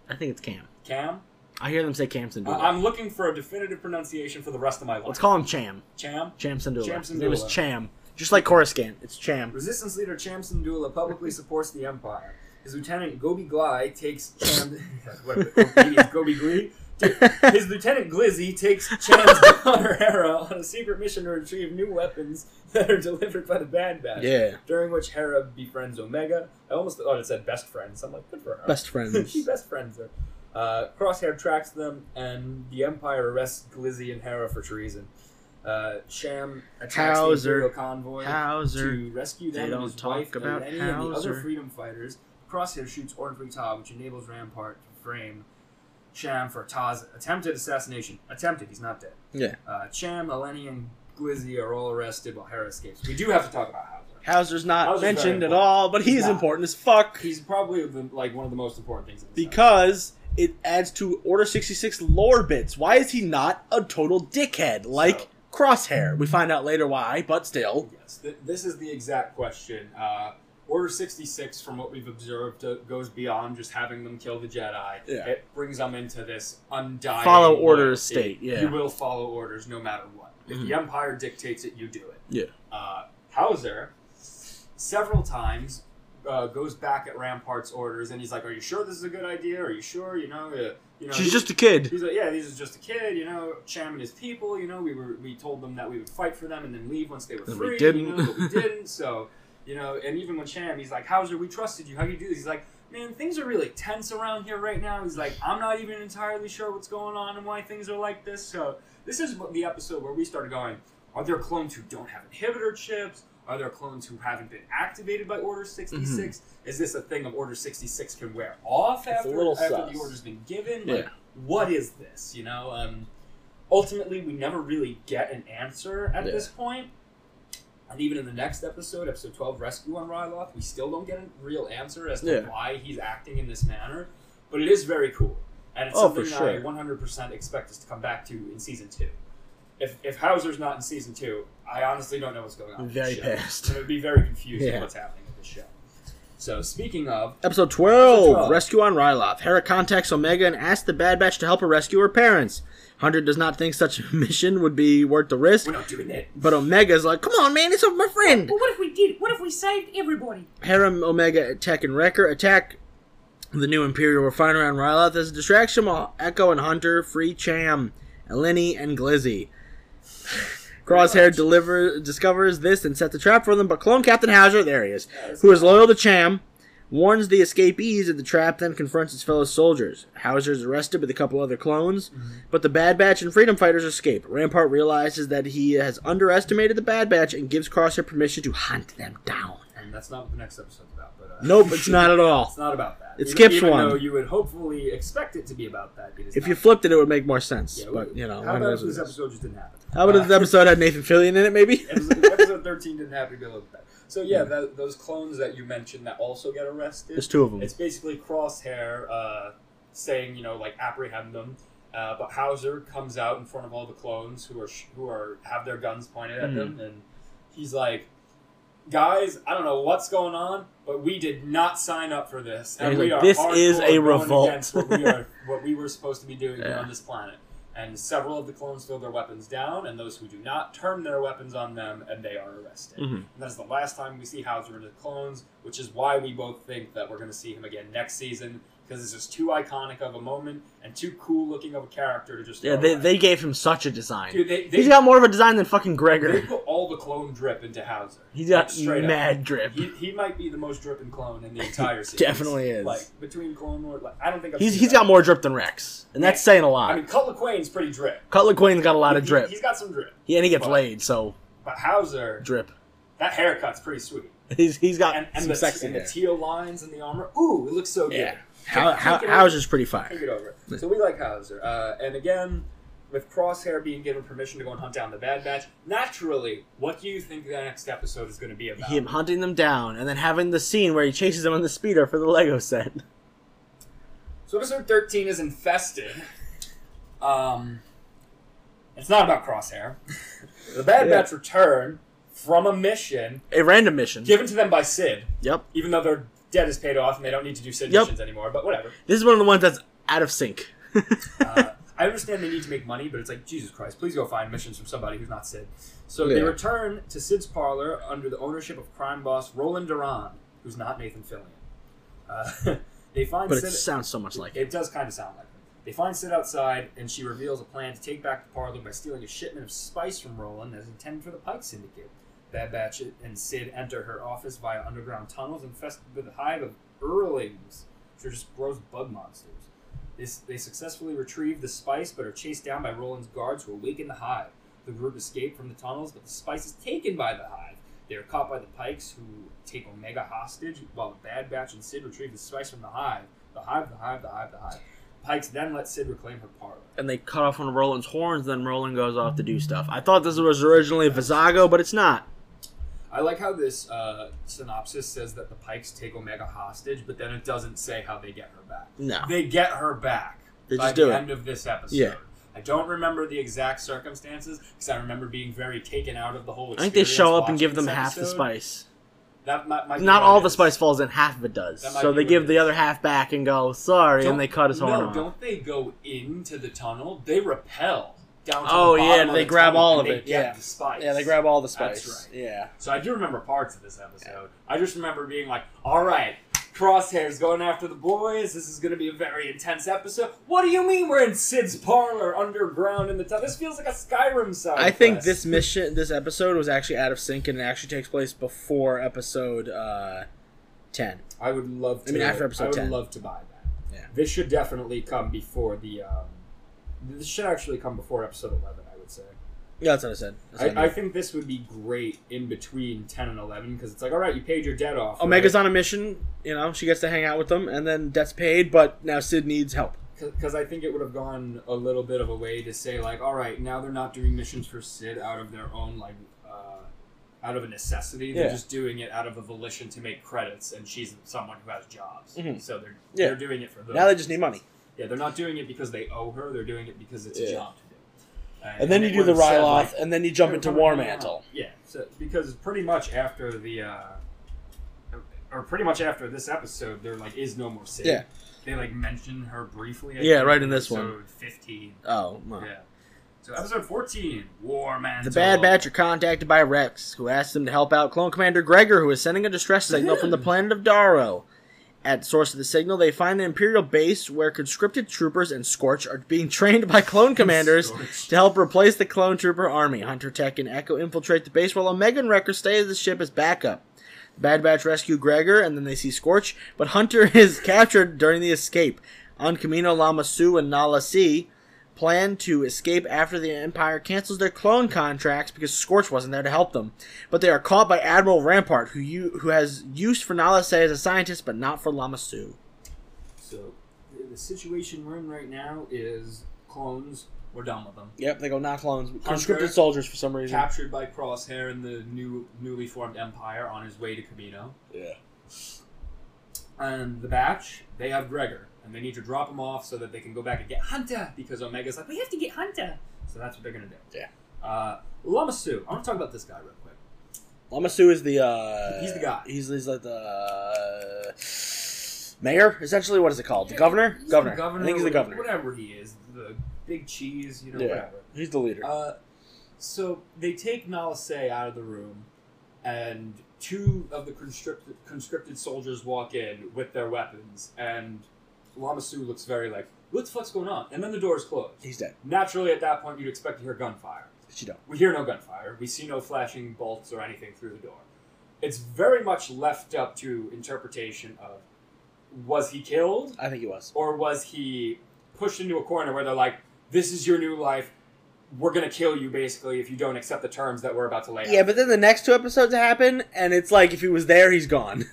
A: I think it's Cam.
B: Cam?
A: I hear them say Cam Sandula.
B: I- I'm looking for a definitive pronunciation for the rest of my life.
A: Let's call him Cham.
B: Cham.
A: Cham Sandula.
B: Cham
A: It was
B: Sandula.
A: Cham. Just like Coruscant, it's Cham.
B: Resistance leader Cham Sandula publicly supports the Empire. His lieutenant Gobi Gly takes Cham. what, obedience, Gobi Gly His lieutenant Glizzy takes Chan's daughter Hera on a secret mission to retrieve new weapons that are delivered by the Bad Batch.
A: Yeah.
B: During which Hera befriends Omega. I almost thought it said best friends. I'm like, good for her.
A: Best friends.
B: she best friends her. Uh, Crosshair tracks them, and the Empire arrests Glizzy and Hera for treason. Uh, Sham attacks
A: Hauser.
B: the Imperial convoy
A: Hauser.
B: to rescue
A: They
B: them and
A: don't
B: his
A: talk
B: wife
A: about
B: and any of the other
A: Hauser.
B: freedom fighters. Crosshair shoots Orn Tah, which enables Rampart to frame Cham for Tah's attempted assassination. Attempted, he's not dead.
A: Yeah.
B: Uh, Cham, Eleni, and Glizzy are all arrested while Hera escapes. We do have to talk about Hauser.
A: Hauser's not
B: Hauser's very
A: mentioned at
B: important.
A: all, but he's
B: He's not.
A: important as fuck
B: He's probably the, like one of the most important things in this episode.
A: because it adds to Order 66 lore bits. Why is he not a total dickhead like
B: So-
A: Crosshair? We find out later why, but still.
B: Yes, th- this is the exact question. Uh, Order 66, from what we've observed, uh, goes beyond just having them kill the Jedi.
A: Yeah.
B: It brings them into this undying.
A: Follow orders
B: loyalty.
A: state, yeah.
B: You will follow orders no matter what. If
A: Mhm.
B: the Empire dictates it, you do it.
A: Yeah.
B: Uh, Hauser, several times, uh, goes back at Rampart's orders and he's like, Are you sure this is a good idea? Are you sure? You know, uh, you know you-
A: a kid.
B: He's like, yeah, these are just a kid, you know, Cham and his people, you know, we were we told them that we would fight for them and then leave once they were
A: And we
B: free,
A: didn't.
B: you know, but we didn't. So, you know, and even when Cham, he's like, Hauser, we trusted you. How do you do this? He's like, man, things are really tense around here right now. He's like, I'm not even entirely sure what's going on and why things are like this. So, this is what- the episode where we started going, are there clones who don't have inhibitor chips? Are there clones who haven't been activated by Order
A: Mm-hmm.
B: 66? Is this a thing of Order 66 can wear off
A: It's a
B: after,
A: little
B: after
A: sus.
B: the order's been given? Like,
A: Yeah.
B: what is this? You know, um, ultimately, we never really get an answer at
A: Yeah.
B: this point. And even in the next episode, episode 12, Rescue on Ryloth, we still don't get a real answer as to
A: Yeah.
B: why he's acting in this manner. But it is very cool. And it's
A: Oh, for
B: something that I
A: sure.
B: 100% expect us to come back to in season two. If, if Hauser's not in season two, I honestly don't know what's going on. with
A: Very
B: this show.
A: pissed.
B: It would be very confusing
A: Yeah.
B: what's happening with this show. So, speaking of,
A: Episode 12,
B: Episode 12.
A: Rescue on Ryloth. Hera contacts Omega and asks the Bad Batch to help her rescue her parents. Hunter does not think such a mission would be worth the risk,
B: we're not doing it.
A: but Omega's like, come on, man, it's my friend.
C: But what if we did? What if we saved everybody?
A: Hera, Omega, Attack, and Wrecker attack the new Imperial refinery on Ryloth as a distraction while Echo and Hunter free Cham, Eleni, and Glizzy. Crosshair deliver, discovers this and sets a trap for them, but clone Captain Hauser, there he is, who is loyal to Cham, warns the escapees of the trap, then confronts his fellow soldiers. Hauser is arrested with a couple other clones,
B: Mm-hmm.
A: but the Bad Batch and Freedom Fighters escape. Rampart realizes that he has underestimated the Bad Batch and gives Crosshair permission to hunt them down.
B: And that's not what the next episode's about. But, uh,
A: Nope, it's not at all.
B: It's not about that.
A: It
B: Even-
A: skips
B: even
A: one.
B: Though you would hopefully expect it to be about that. It is
A: If
B: not.
A: you flipped it, it would make more sense.
B: Yeah,
A: but
B: we-
A: you know,
B: how
A: I
B: about
A: know
B: if this
A: this-
B: episode just didn't happen?
A: how about if the
B: Uh,
A: episode had Nathan Fillion in it? Maybe.
B: episode, episode thirteen didn't happen to be a little better. So yeah, tho- those clones that you mentioned that also get arrested.
A: There's two of them.
B: It's basically Crosshair uh, saying, you know, like apprehend them. Uh, but Hauser comes out in front of all the clones who are sh- who are have their guns pointed at
A: Mhm.
B: them, and he's like, "Guys, I don't know what's going on, but we did not sign up for this,
A: And
B: and
A: he's
B: we
A: like,
B: are
A: "This is
B: hardcore
A: a
B: going
A: revolt."
B: against what we are what we were supposed to be doing here
A: Yeah.
B: on this planet." And several of the clones throw their weapons down, and those who do not turn their weapons on them, and they are arrested.
A: Mhm.
B: And that is the last time we see Hauser in the clones, which is why we both think that we're going to see him again next season because it's just too iconic of a moment and too cool looking of a character to just.
A: Yeah,
B: throw
A: they,
B: away.
A: they gave him such a design.
B: Dude, they, they,
A: He's got more of a design than fucking
B: they
A: Gregor.
B: put all the clone drip into Hauser.
A: He's got
B: Like, straight up.
A: mad drip.
B: He, he might be the most dripping clone in the entire series.
A: Definitely is.
B: Like between Clone Wars, like, I don't think I've
A: He's
B: seen
A: he's
B: that.
A: got more drip than Rex, and that's saying a
B: I
A: lot.
B: mean, Cutler Quain's pretty drip.
A: Cutler Queen's got a lot of
B: He-
A: drip,
B: He's got some drip,
A: Yeah, and he gets
B: but-
A: laid, so
B: but Hauser,
A: drip.
B: that haircut's pretty sweet.
A: He's he's got
B: And, and
A: some
B: the,
A: sexy
B: and the
A: there.
B: teal lines in the armor. Ooh, it looks so
A: Yeah,
B: good.
A: How,
B: Can't-
A: how,
B: can't get over
A: Hauser's pretty
B: Take
A: fire.
B: it over. So we like Hauser. Uh, and again, with Crosshair being given permission to go and hunt down the Bad Batch, naturally, what do you think the next episode is going to be about?
A: Him hunting them down, and then having the scene where he chases them on the speeder for the Lego set.
B: So episode 13 is Infested. Um, it's not about Crosshair. the Bad
A: Yeah.
B: Batch return from a mission
A: A random mission.
B: given to them by Sid,
A: Yep.
B: even though their debt is paid off and they don't need to do Sid
A: Yep.
B: missions anymore, but whatever.
A: This is one of the ones that's out of sync.
B: uh, I understand they need to make money, but it's like Jesus Christ, please go find missions from somebody who's not Sid. So they
A: Yeah.
B: return to Sid's parlor under the ownership of crime boss Roland Duran, who's not Nathan Fillion. Uh, they find
A: but
B: Sid.
A: it sounds so much like it.
B: it does kind of sound like him. They find Sid outside, and she reveals a plan to take back the parlor by stealing a shipment of spice from Roland as intended for the Pike Syndicate. Bad Batch and Sid enter her office via underground tunnels infested with a hive of Earlings, which are just gross bug monsters. They, s- they successfully retrieve the spice, but are chased down by Roland's guards who awaken the hive. The group escape from the tunnels, but the spice is taken by the hive. They are caught by the Pikes, who take Omega hostage, while the Bad Batch and Sid retrieve the spice from the hive. The hive, the hive, the hive, the hive. Pikes then let Sid reclaim her parlor.
A: and they cut off one of Roland's horns. Then Roland goes off to do stuff. I thought this was originally Visago, but it's not.
B: I like how this uh, synopsis says that the Pikes take Omega hostage, but then it doesn't say how they get her back.
A: No.
B: They get her back
A: They
B: by
A: just do
B: the
A: it.
B: end of this episode.
A: Yeah.
B: I don't remember the exact circumstances because I remember being very taken out of the whole.
A: I think they show
B: experience
A: up and give
B: watching
A: them
B: this
A: half the
B: episode.
A: spice.
B: That might, might be
A: Not
B: what
A: all
B: it
A: the
B: is.
A: spice falls in, half of it does.
B: That might
A: So
B: be
A: they
B: what
A: give
B: it
A: the
B: is.
A: other half back and go, sorry,
B: Don't-
A: and they cut his horn
B: No,
A: off.
B: don't they go into the tunnel? They rappel down. To
A: Oh,
B: the bottom
A: yeah,
B: of
A: they
B: the
A: grab
B: tunnel
A: all
B: and
A: of
B: they
A: it,
B: get
A: yeah.
B: the spice.
A: Yeah, they grab all the
B: That's
A: spice.
B: right.
A: Yeah.
B: So I do remember parts of this episode. I just remember being like, all right, Crosshair's going after the boys. This is going to be a very intense episode. What do you mean we're in Sid's parlor underground in the town? This feels like a Skyrim side.
A: I think
B: quest."
A: this mission, this episode, was actually out of sync, and it actually takes place before episode uh, ten.
B: I would love to.
A: I mean, after episode
B: I would
A: 10.
B: love to buy that.
A: Yeah.
B: This should definitely come before the. Um, this should actually come before episode 11, I would say.
A: Yeah, that's what I said. That's what I
B: I, I
A: meant.
B: think this would be great in between 10 and 11 because it's like, all right, you paid your debt off.
A: Omega's on a mission. You know, she gets to hang out with them, and then debt's paid. But now Sid needs help.
B: because I think it would have gone a little bit of a way to say like, all right, now they're not doing missions for Sid out of their own like, uh, out of a necessity. They're
A: Yeah.
B: just doing it out of a volition to make credits, and she's someone who has jobs,
A: Mhm.
B: so they're
A: Yeah.
B: they're doing it for those.
A: Now they just need money.
B: Yeah, they're not doing it because they owe her. They're doing it because it's
A: Yeah.
B: a job to do.
A: And then you do the
B: Ryloth.
A: Ryloth, and then you jump into War Mantle.
B: Yeah, so, because pretty much after the, uh, or pretty much after this episode, there like is no more Sid.
A: Yeah.
B: They like mention her briefly. I
A: Yeah,
B: think,
A: right in this one.
B: episode Fifteen.
A: Oh, well.
B: Yeah. So episode fourteen, War Mantle.
A: The Bad Batch are contacted by Rex, who asks them to help out Clone Commander Gregor, who is sending a distress signal from the planet of Daro. At the source of the signal, they find an Imperial base where conscripted troopers and Scorch are being trained by clone commanders
B: Scorch.
A: to help replace the clone trooper army. Hunter Tech and Echo infiltrate the base while Omega and Wrecker stay at the ship as backup. The Bad Batch rescue Gregor, and then they see Scorch, but Hunter is captured during the escape. On Camino, Lama Su and Nala C plan to escape after the Empire cancels their clone contracts because Scorch wasn't there to help them. But they are caught by Admiral Rampart, who you, who has use for Nala Se as a scientist, but not for Lama Su.
B: So the- the situation we're in right now is clones. We're done with them.
A: Yep, they go not clones, but
B: conscripted
A: soldiers for some reason.
B: Captured by Crosshair in the new newly formed Empire on his way to Camino.
A: Yeah.
B: and the batch they have gregor and they need to drop him off so that they can go back and get hunter because omega's like we have to get hunter so that's what they're gonna do
A: Yeah.
B: uh lamasu i want to talk about this guy real quick
A: Lama Su is the uh,
B: He's the guy.
A: He's, he's like the uh, mayor, essentially. What is it called? The
B: Yeah,
A: governor?
B: he's the
A: Governor.
B: governor
A: I think he's the
B: whatever-
A: governor.
B: whatever he is the big cheese you know
A: Yeah.
B: whatever
A: He's the leader.
B: Uh, so they take Nalase out of the room, and two of the conscripted, conscripted soldiers walk in with their weapons, and Lamasu looks very like, what the fuck's going on? And then the doors close.
A: he's dead.
B: Naturally, at that point, you'd expect to hear gunfire.
A: But you don't.
B: We hear no gunfire. We see no flashing bolts or anything through the door. It's very much left up to interpretation of was he killed
A: I think he was.
B: or was he pushed into a corner where they're like, "This is your new life. We're gonna kill you basically if you don't accept the terms that we're about to lay out."
A: Yeah, but then the next two episodes happen, and it's like if he was there, he's gone.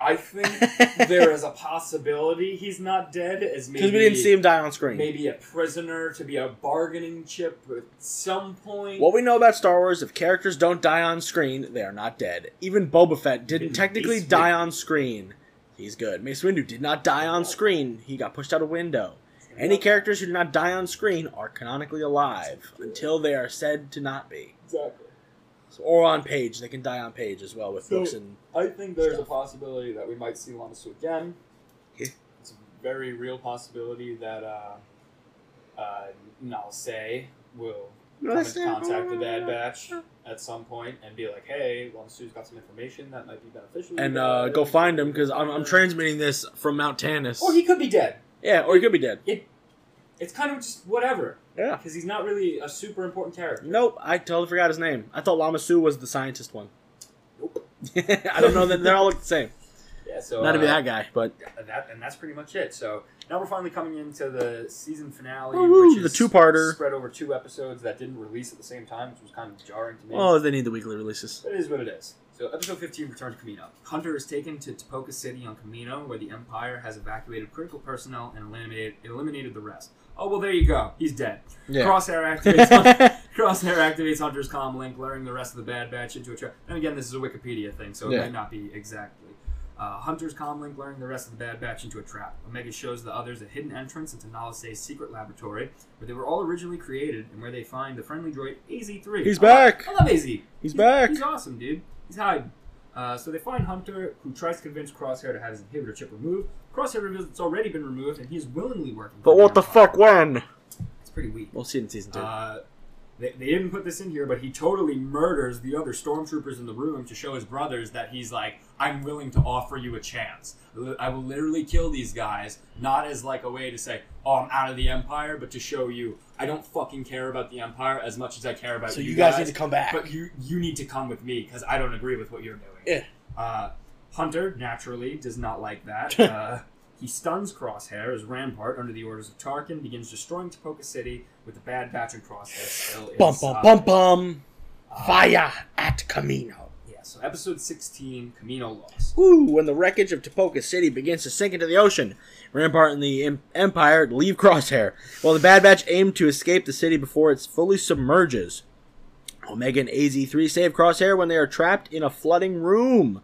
B: I think there is a possibility he's not dead. As maybe
A: Because we didn't see him die on screen.
B: Maybe a prisoner to be a bargaining chip at some point.
A: What we know about Star Wars, if characters don't die on screen, they are not dead. Even Boba Fett didn't
B: Mace
A: technically
B: Windu.
A: die on screen. He's good. Mace Windu did not die on screen. He got pushed out a window. Any characters who do not die on screen are canonically alive until they are said to not be.
B: Exactly.
A: So- or on page. They can die on page as well with
B: So-
A: books and.
B: I think there's
A: Stuff.
B: a possibility that we might see Lamasu again.
A: Yeah.
B: It's a very real possibility that uh, uh, Nalse will come into contact the Bad Batch at some point and be like, "Hey, Lamasu's got some information that might be beneficial." to
A: And
B: you
A: uh,
B: guys."
A: go find him because I'm, I'm transmitting this from Mount Tanis.
B: Or he could be dead.
A: Yeah, or he could be dead.
B: It, it's kind of just whatever
A: Yeah.
B: because he's not really a super important character.
A: Nope, I totally forgot his name. I thought Lama Sue was the scientist one. I don't know that they all look the same.
B: Yeah, so
A: Not to be
B: uh,
A: that guy, but
B: that, and that's pretty much it. So now we're finally coming into the season finale,
A: Woo-hoo,
B: which
A: the
B: is
A: two-parter.
B: spread over two episodes that didn't release at the same time, which was kind of jarring to me.
A: oh, they need the weekly releases.
B: But it is what it is. So episode 15 returns to Camino. Hunter is taken to Topoka City on Camino, where the Empire has evacuated critical personnel and eliminated eliminated the rest. Oh well, there you go. He's dead.
A: Yeah.
B: Crosshair activates. Crosshair activates Hunter's comm link, luring the rest of the Bad Batch into a trap. And again, this is a Wikipedia thing, so it
A: Yeah.
B: might not be exactly. Uh, Hunter's comm link, luring the rest of the Bad Batch into a trap. Omega shows the others a hidden entrance into Nalase's secret laboratory, where they were all originally created, and where they find the friendly droid AZ3.
A: He's
B: I love-
A: back.
B: I love AZ.
A: He's back.
B: He's awesome, dude. He's hiding. Uh, so they find Hunter, who tries to convince Crosshair to have his inhibitor chip removed. Crosshair reveals it's already been removed, and he's willingly working. for
A: But what the
B: Empire.
A: fuck? When?
B: It's pretty weak.
A: We'll see it in season two.
B: Uh, they, they didn't put this in here, but he totally murders the other stormtroopers in the room to show his brothers that he's like, I'm willing to offer you a chance. Li- I will literally kill these guys, not as like a way to say, oh, I'm out of the Empire, but to show you, I don't fucking care about the Empire as much as I care about
A: so
B: you,
A: you guys, need to come back.
B: But you, you need to come with me because I don't agree with what you're doing.
A: Yeah.
B: Uh, Hunter, naturally, does not like that. uh, he stuns Crosshair as Rampart, under the orders of Tarkin, begins destroying Topoka City with the Bad Batch and Crosshair still
A: bum bum
B: inside.
A: bum bum.
B: Uh,
A: Fire at Camino.
B: Yeah, so episode 16, Camino Lost.
A: Woo! When the wreckage of Topoka City begins to sink into the ocean, Rampart and the em- Empire leave Crosshair, while the Bad Batch aim to escape the city before it fully submerges. Omega and AZ3 save Crosshair when they are trapped in a flooding room.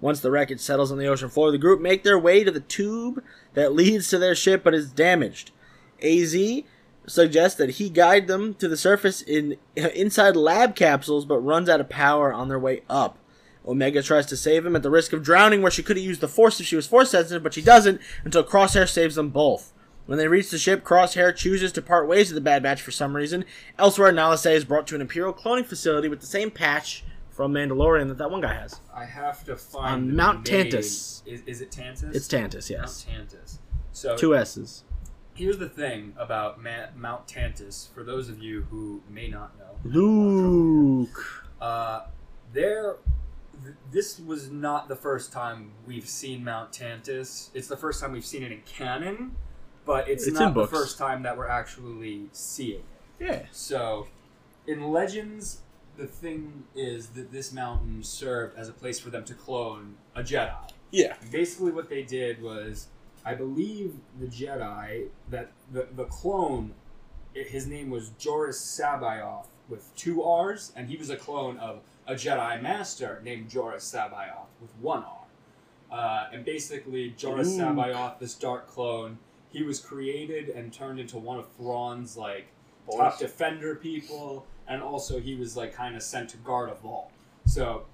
A: Once the wreckage settles on the ocean floor, the group make their way to the tube that leads to their ship but is damaged. AZ suggests that he guide them to the surface in inside lab capsules but runs out of power on their way up. Omega tries to save him at the risk of drowning, where she could have used the force if she was force sensitive, but she doesn't until Crosshair saves them both. When they reach the ship, Crosshair chooses to part ways with the Bad Batch for some reason. Elsewhere, Nalase is brought to an Imperial cloning facility with the same patch from Mandalorian that that one guy has.
B: I have to find.
A: On
B: the
A: Um, Mount
B: name.
A: Tantus.
B: Is, is it Tantus?
A: It's Tantus, yes.
B: Mount Tantus. So
A: Two S's.
B: here's the thing about Ma- Mount Tantus, for those of you who may not know.
A: Luke.
B: Uh, there, th- this was not the first time we've seen Mount Tantus. It's the first time we've seen it in canon, but it's,
A: It's in
B: not the
A: books.
B: first time that we're actually seeing it.
A: Yeah.
B: So, in Legends, the thing is that this mountain served as a place for them to clone a Jedi.
A: Yeah.
B: Basically, what they did was, I believe the Jedi that the the clone, i- his name was Joris Sabayoff with two R's, and he was a clone of a Jedi Master named Joris Sabayoff with one R. Uh, and basically, Joris
A: Ooh.
B: Sabayoff, this dark clone, he was created and turned into one of Thrawn's like top defender people, and also he was like kind of sent to guard a vault. So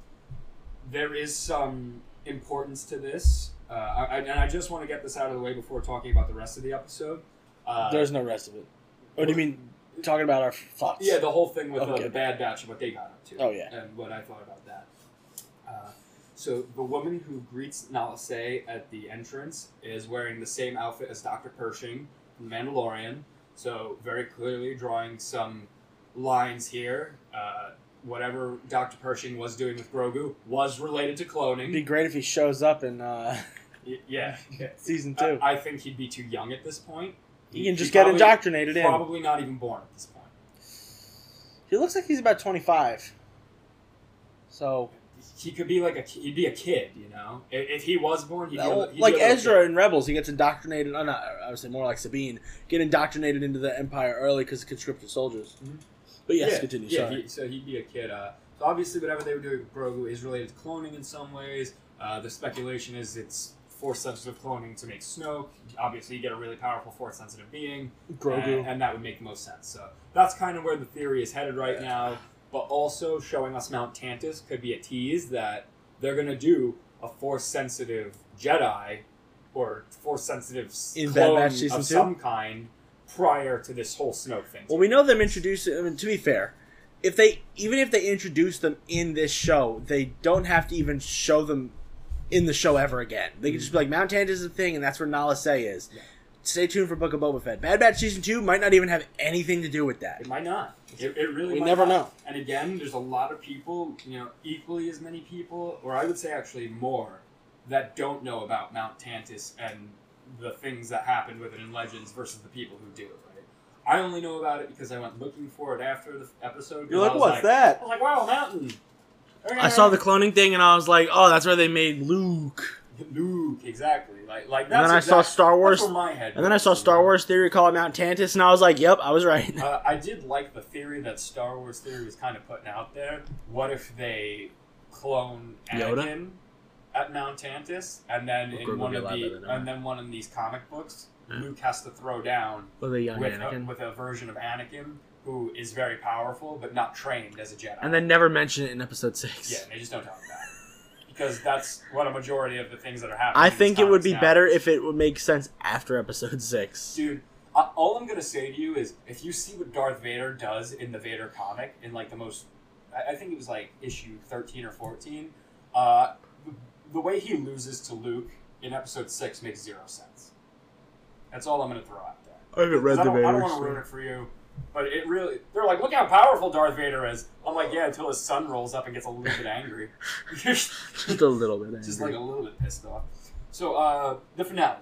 B: there is some importance to this, uh, I, I- and I just want to get this out of the way before talking about the rest of the episode. Uh,
A: There's no rest of it. What do you mean? Talking about our thoughts.
B: yeah, the whole thing with uh,
A: Okay.
B: the Bad Batch and what they got up to.
A: Oh, yeah.
B: and what I thought about that. Uh, so the woman who greets Nalase at the entrance is wearing the same outfit as Doctor Pershing from The Mandalorian. So very clearly drawing some lines here. Uh, whatever Doctor Pershing was doing with Grogu was related to cloning.
A: It'd be great if he shows up in uh,
B: Y- yeah,
A: season
B: I-
A: two.
B: I, think he'd be too young at this point.
A: he can
B: He'd
A: just
B: be
A: get
B: Uh, probably-
A: indoctrinated in.
B: Probably not even born at this point.
A: He looks like he's about 25. So,
B: he could be like a ki- he'd be a kid, you know. If, if he was born, he'd be a,
A: Well,
B: he'd be
A: like
B: a little
A: Ezra
B: kid.
A: in Rebels, he gets indoctrinated. Uh, not, I would say more like Sabine, get indoctrinated into the Empire early because of conscripted soldiers.
B: Mhm.
A: But yes,
B: yeah,
A: continue.
B: Yeah,
A: sorry.
B: He, so he'd be a kid. Uh, so obviously, whatever they were doing with Grogu is related to cloning in some ways. Uh, the speculation is it's force sensitive cloning to make Snoke. Obviously, you get a really powerful force sensitive being,
A: Grogu.
B: and, and that would make the most sense. So that's kind of where the theory is headed right now. But also showing us Mount Tantus could be a tease that they're gonna do a force sensitive Jedi or force sensitive
A: In Bad
B: clone
A: Batch
B: of
A: Season two?
B: some kind prior to this whole Snoke thing.
A: well, we know them introduce. I mean, to be fair, if they even if they introduce them in this show, they don't have to even show them in the show ever again. They can just be like Mount Tantus is a thing, and that's where Nala Se is.
B: Yeah.
A: stay tuned for Book of Boba Fett. Bad Batch season two might not even have anything to do with that.
B: It might not. It, it really.
A: We
B: might
A: never
B: not.
A: know.
B: And again, there's a lot of people, you know, equally as many people, or I would say actually more, that don't know about Mount Tantus and the things that happened with it in Legends versus the people who do. Right. I only know about it because I went looking for it after the episode. 'cause
A: You're
B: I
A: like,
B: was
A: what's
B: I
A: that?
B: was like, wow, a mountain.
A: I saw the cloning thing and I was like, oh, that's where they made Luke.
B: Luke exactly. Like, like
A: then
B: that's
A: I saw
B: exact-
A: Star
B: that's
A: Wars-
B: where my head.
A: And then I
B: was,
A: saw
B: you
A: Star
B: know?
A: Wars Theory call it Mount Tantus and I was like, yep, I was right.
B: Uh, I did like the theory that Star Wars theory was kind of putting out there. What if they clone
A: Yoda?
B: Anakin at Mount Tantus, and then
D: Luke
B: in
D: would
B: one
D: be
B: of
D: alive by
B: the
D: then, right?
B: and then one of these comic books,
D: Yeah.
B: Luke has to throw down
A: With a young
B: with a,
A: Anakin.
B: with a version of Anakin who is very powerful but not trained as a Jedi.
A: and then never mention it in episode six.
B: yeah, they just don't talk about it because that's what a majority of the things that are happening.
A: I
B: in these
A: think it would
B: comics
A: be
B: now.
A: better if it would make sense after episode six.
B: Dude, I, all I'm gonna say to you is, if you see what Darth Vader does in the Vader comic, in like the most, I, I think it was like issue 13 or 14, uh, the, the way he loses to Luke in episode six makes zero sense. That's all I'm gonna throw out there.
A: I haven't
B: 'Cause I don't, want to ruin it for you, but it really, they're like, look how powerful Darth Vader is. I'm like, yeah, until his son rolls up and gets a little bit angry.
A: Just a little bit.
B: Just
A: angry.
B: like a little bit pissed off. So, uh, the finale.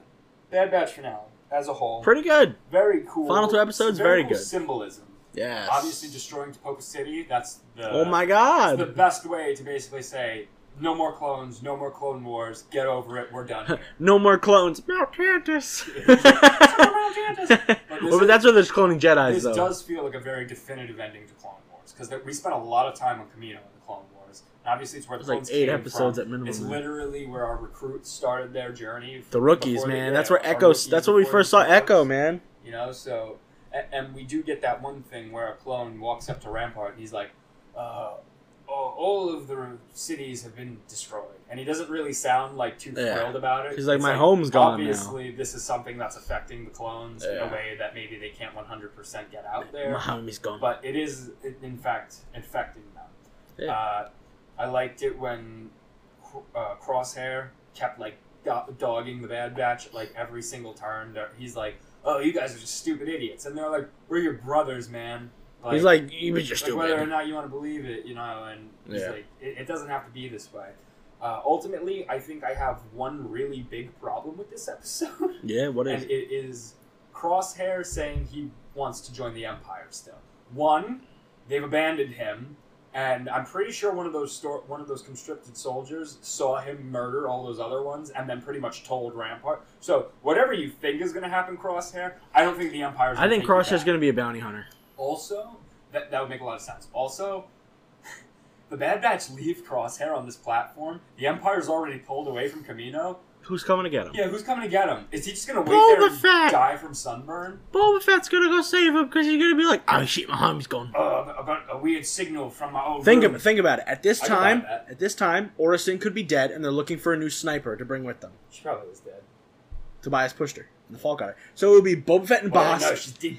B: Bad Batch finale, as a whole
A: Pretty good.
B: very cool.
A: Final two episodes, very
B: cool
A: good.
B: Symbolism.
A: Yes.
B: Obviously, destroying Topoka City. That's the
A: oh my
B: that's the
A: god.
B: best way to basically say no more clones, no more clone wars. Get over it. We're done. Here.
A: No more clones. Mount Tantus.
C: Mount Tantus.
A: well, but that's where there's cloning Jedi's
B: this
A: though.
B: does feel like a very definitive ending to Clone Wars because we spent a lot of time on Camino in the Clone Wars. And obviously, it's where the
A: It's like
B: clones
A: eight
B: came
A: episodes
B: from.
A: at minimum,
B: It's
A: man.
B: literally where our recruits started their journey.
A: the rookies,
B: before they-
A: man.
B: yeah,
A: that's where
B: our
A: Echo.
B: rookies
A: That's where we
B: before
A: first
B: they
A: saw
B: became
A: Echo,
B: clones.
A: man.
B: you know so a- and we do get that one thing where a clone walks up to rampart and he's like uh, all- all of the cities have been destroyed and he doesn't really sound like too
A: Yeah.
B: thrilled about it
A: He's like,
B: It's
A: "My home's gone now."
B: obviously this is something that's affecting the clones in
A: Yeah.
B: a way that maybe they can't 100% get out there
A: Mohammed's gone.
B: but it is in- in fact infecting them
A: Yeah.
B: uh, i liked it when Cr- uh, crosshair kept like do- dogging the bad batch at like every single turn They're- he's like oh you guys are just stupid idiots and they're like we're your brothers man
A: He's like, you was just
B: like, whether or
A: stupid.
B: not you want to believe it, you know, and he's
A: Yeah.
B: like, it, it doesn't have to be this way. Uh, ultimately, I think I have one really big problem with this episode
A: Yeah, what is?
B: and it is Crosshair saying he wants to join the Empire still. One, they've abandoned him, and I'm pretty sure one of those stor- one of those constricted soldiers saw him murder all those other ones, and then pretty much told Rampart. So whatever you think is going to happen, Crosshair, I don't think the Empire's.
A: I
B: gonna
A: think
B: take you
A: Crosshair's
B: back.
A: gonna be a bounty hunter.
B: Also, that that would make a lot of sense. Also. The Bad Batch leave Crosshair on this platform. The Empire's already pulled away from Camino.
A: Who's coming to get him?
B: Yeah, who's coming to get him? Is he just gonna wait
A: Boba
B: there and
A: Fett!
B: die from sunburn?
A: Boba Fett's gonna go save him because he's gonna be like, oh shit, Mohammed's gone.
B: Uh, about a weird signal from my old
A: Think
B: room.
A: of, think about it. At this
B: I can buy
A: time,
B: that.
A: at this time, Orison could be dead, and they're looking for a new sniper to bring with them.
B: She probably was dead.
A: Tobias pushed her, and the fall got her. So it would be Boba Fett and Bosk.
B: Oh, no, she did.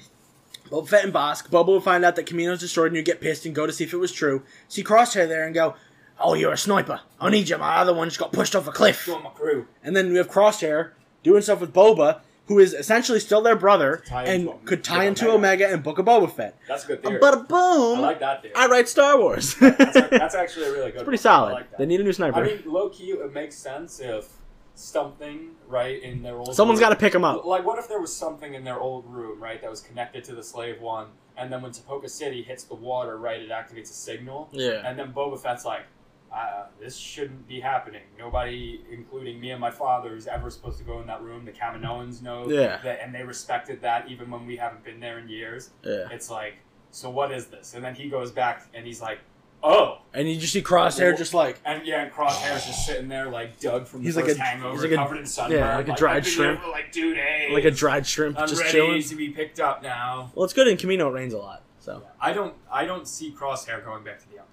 A: Boba Fett and Bosk. Boba would find out that Camino's destroyed, and you get pissed and go to see if it was true. See Crosshair there and go, "Oh, you're a sniper. I need you. My other one just got pushed off a cliff."
B: Join my crew.
A: And then we have Crosshair doing stuff with Boba, who is essentially still their brother
B: Tie
A: and
B: into-
A: could tie
B: yeah,
A: into
B: Omega.
A: Omega and Book of Boba Fett.
B: That's a good theory.
A: But a boom!
B: I like that theory.
A: I write Star Wars.
B: that's, a- that's actually a really good.
A: pretty
B: one. I
A: solid.
B: like that.
A: they need a new sniper.
B: I mean, low key, it makes sense if something right in their old.
A: Someone's got
B: room-
A: to pick him up.
B: Like, what if there was something in their old room, right, that was connected to the Slave One, and then when Topoka City hits the water, right, it activates a signal,
A: Yeah.
B: and then Boba Fett's like, uh, this shouldn't be happening. Nobody, including me and my father, is ever supposed to go in that room. The Kaminoans know
A: Yeah.
B: that, and they respected that even when we haven't been there in years.
A: Yeah.
B: It's like, so what is this? And then he goes back and he's like, oh.
A: And you just see Crosshair just like,
B: And yeah, and Crosshair's just sitting there like Doug from the
A: He's like
B: first
A: a-
B: hangover,
A: he's like a-
B: covered in sunburn.
A: yeah, like a dried
B: I've been
A: shrimp.
B: here for, like, two days.
A: like a dried shrimp
B: I'm
A: just
B: ready
A: chilling.
B: to be picked up now.
A: Well, it's good in Camino. It rains a lot, so
B: I don't, I don't see Crosshair going back to the Empire.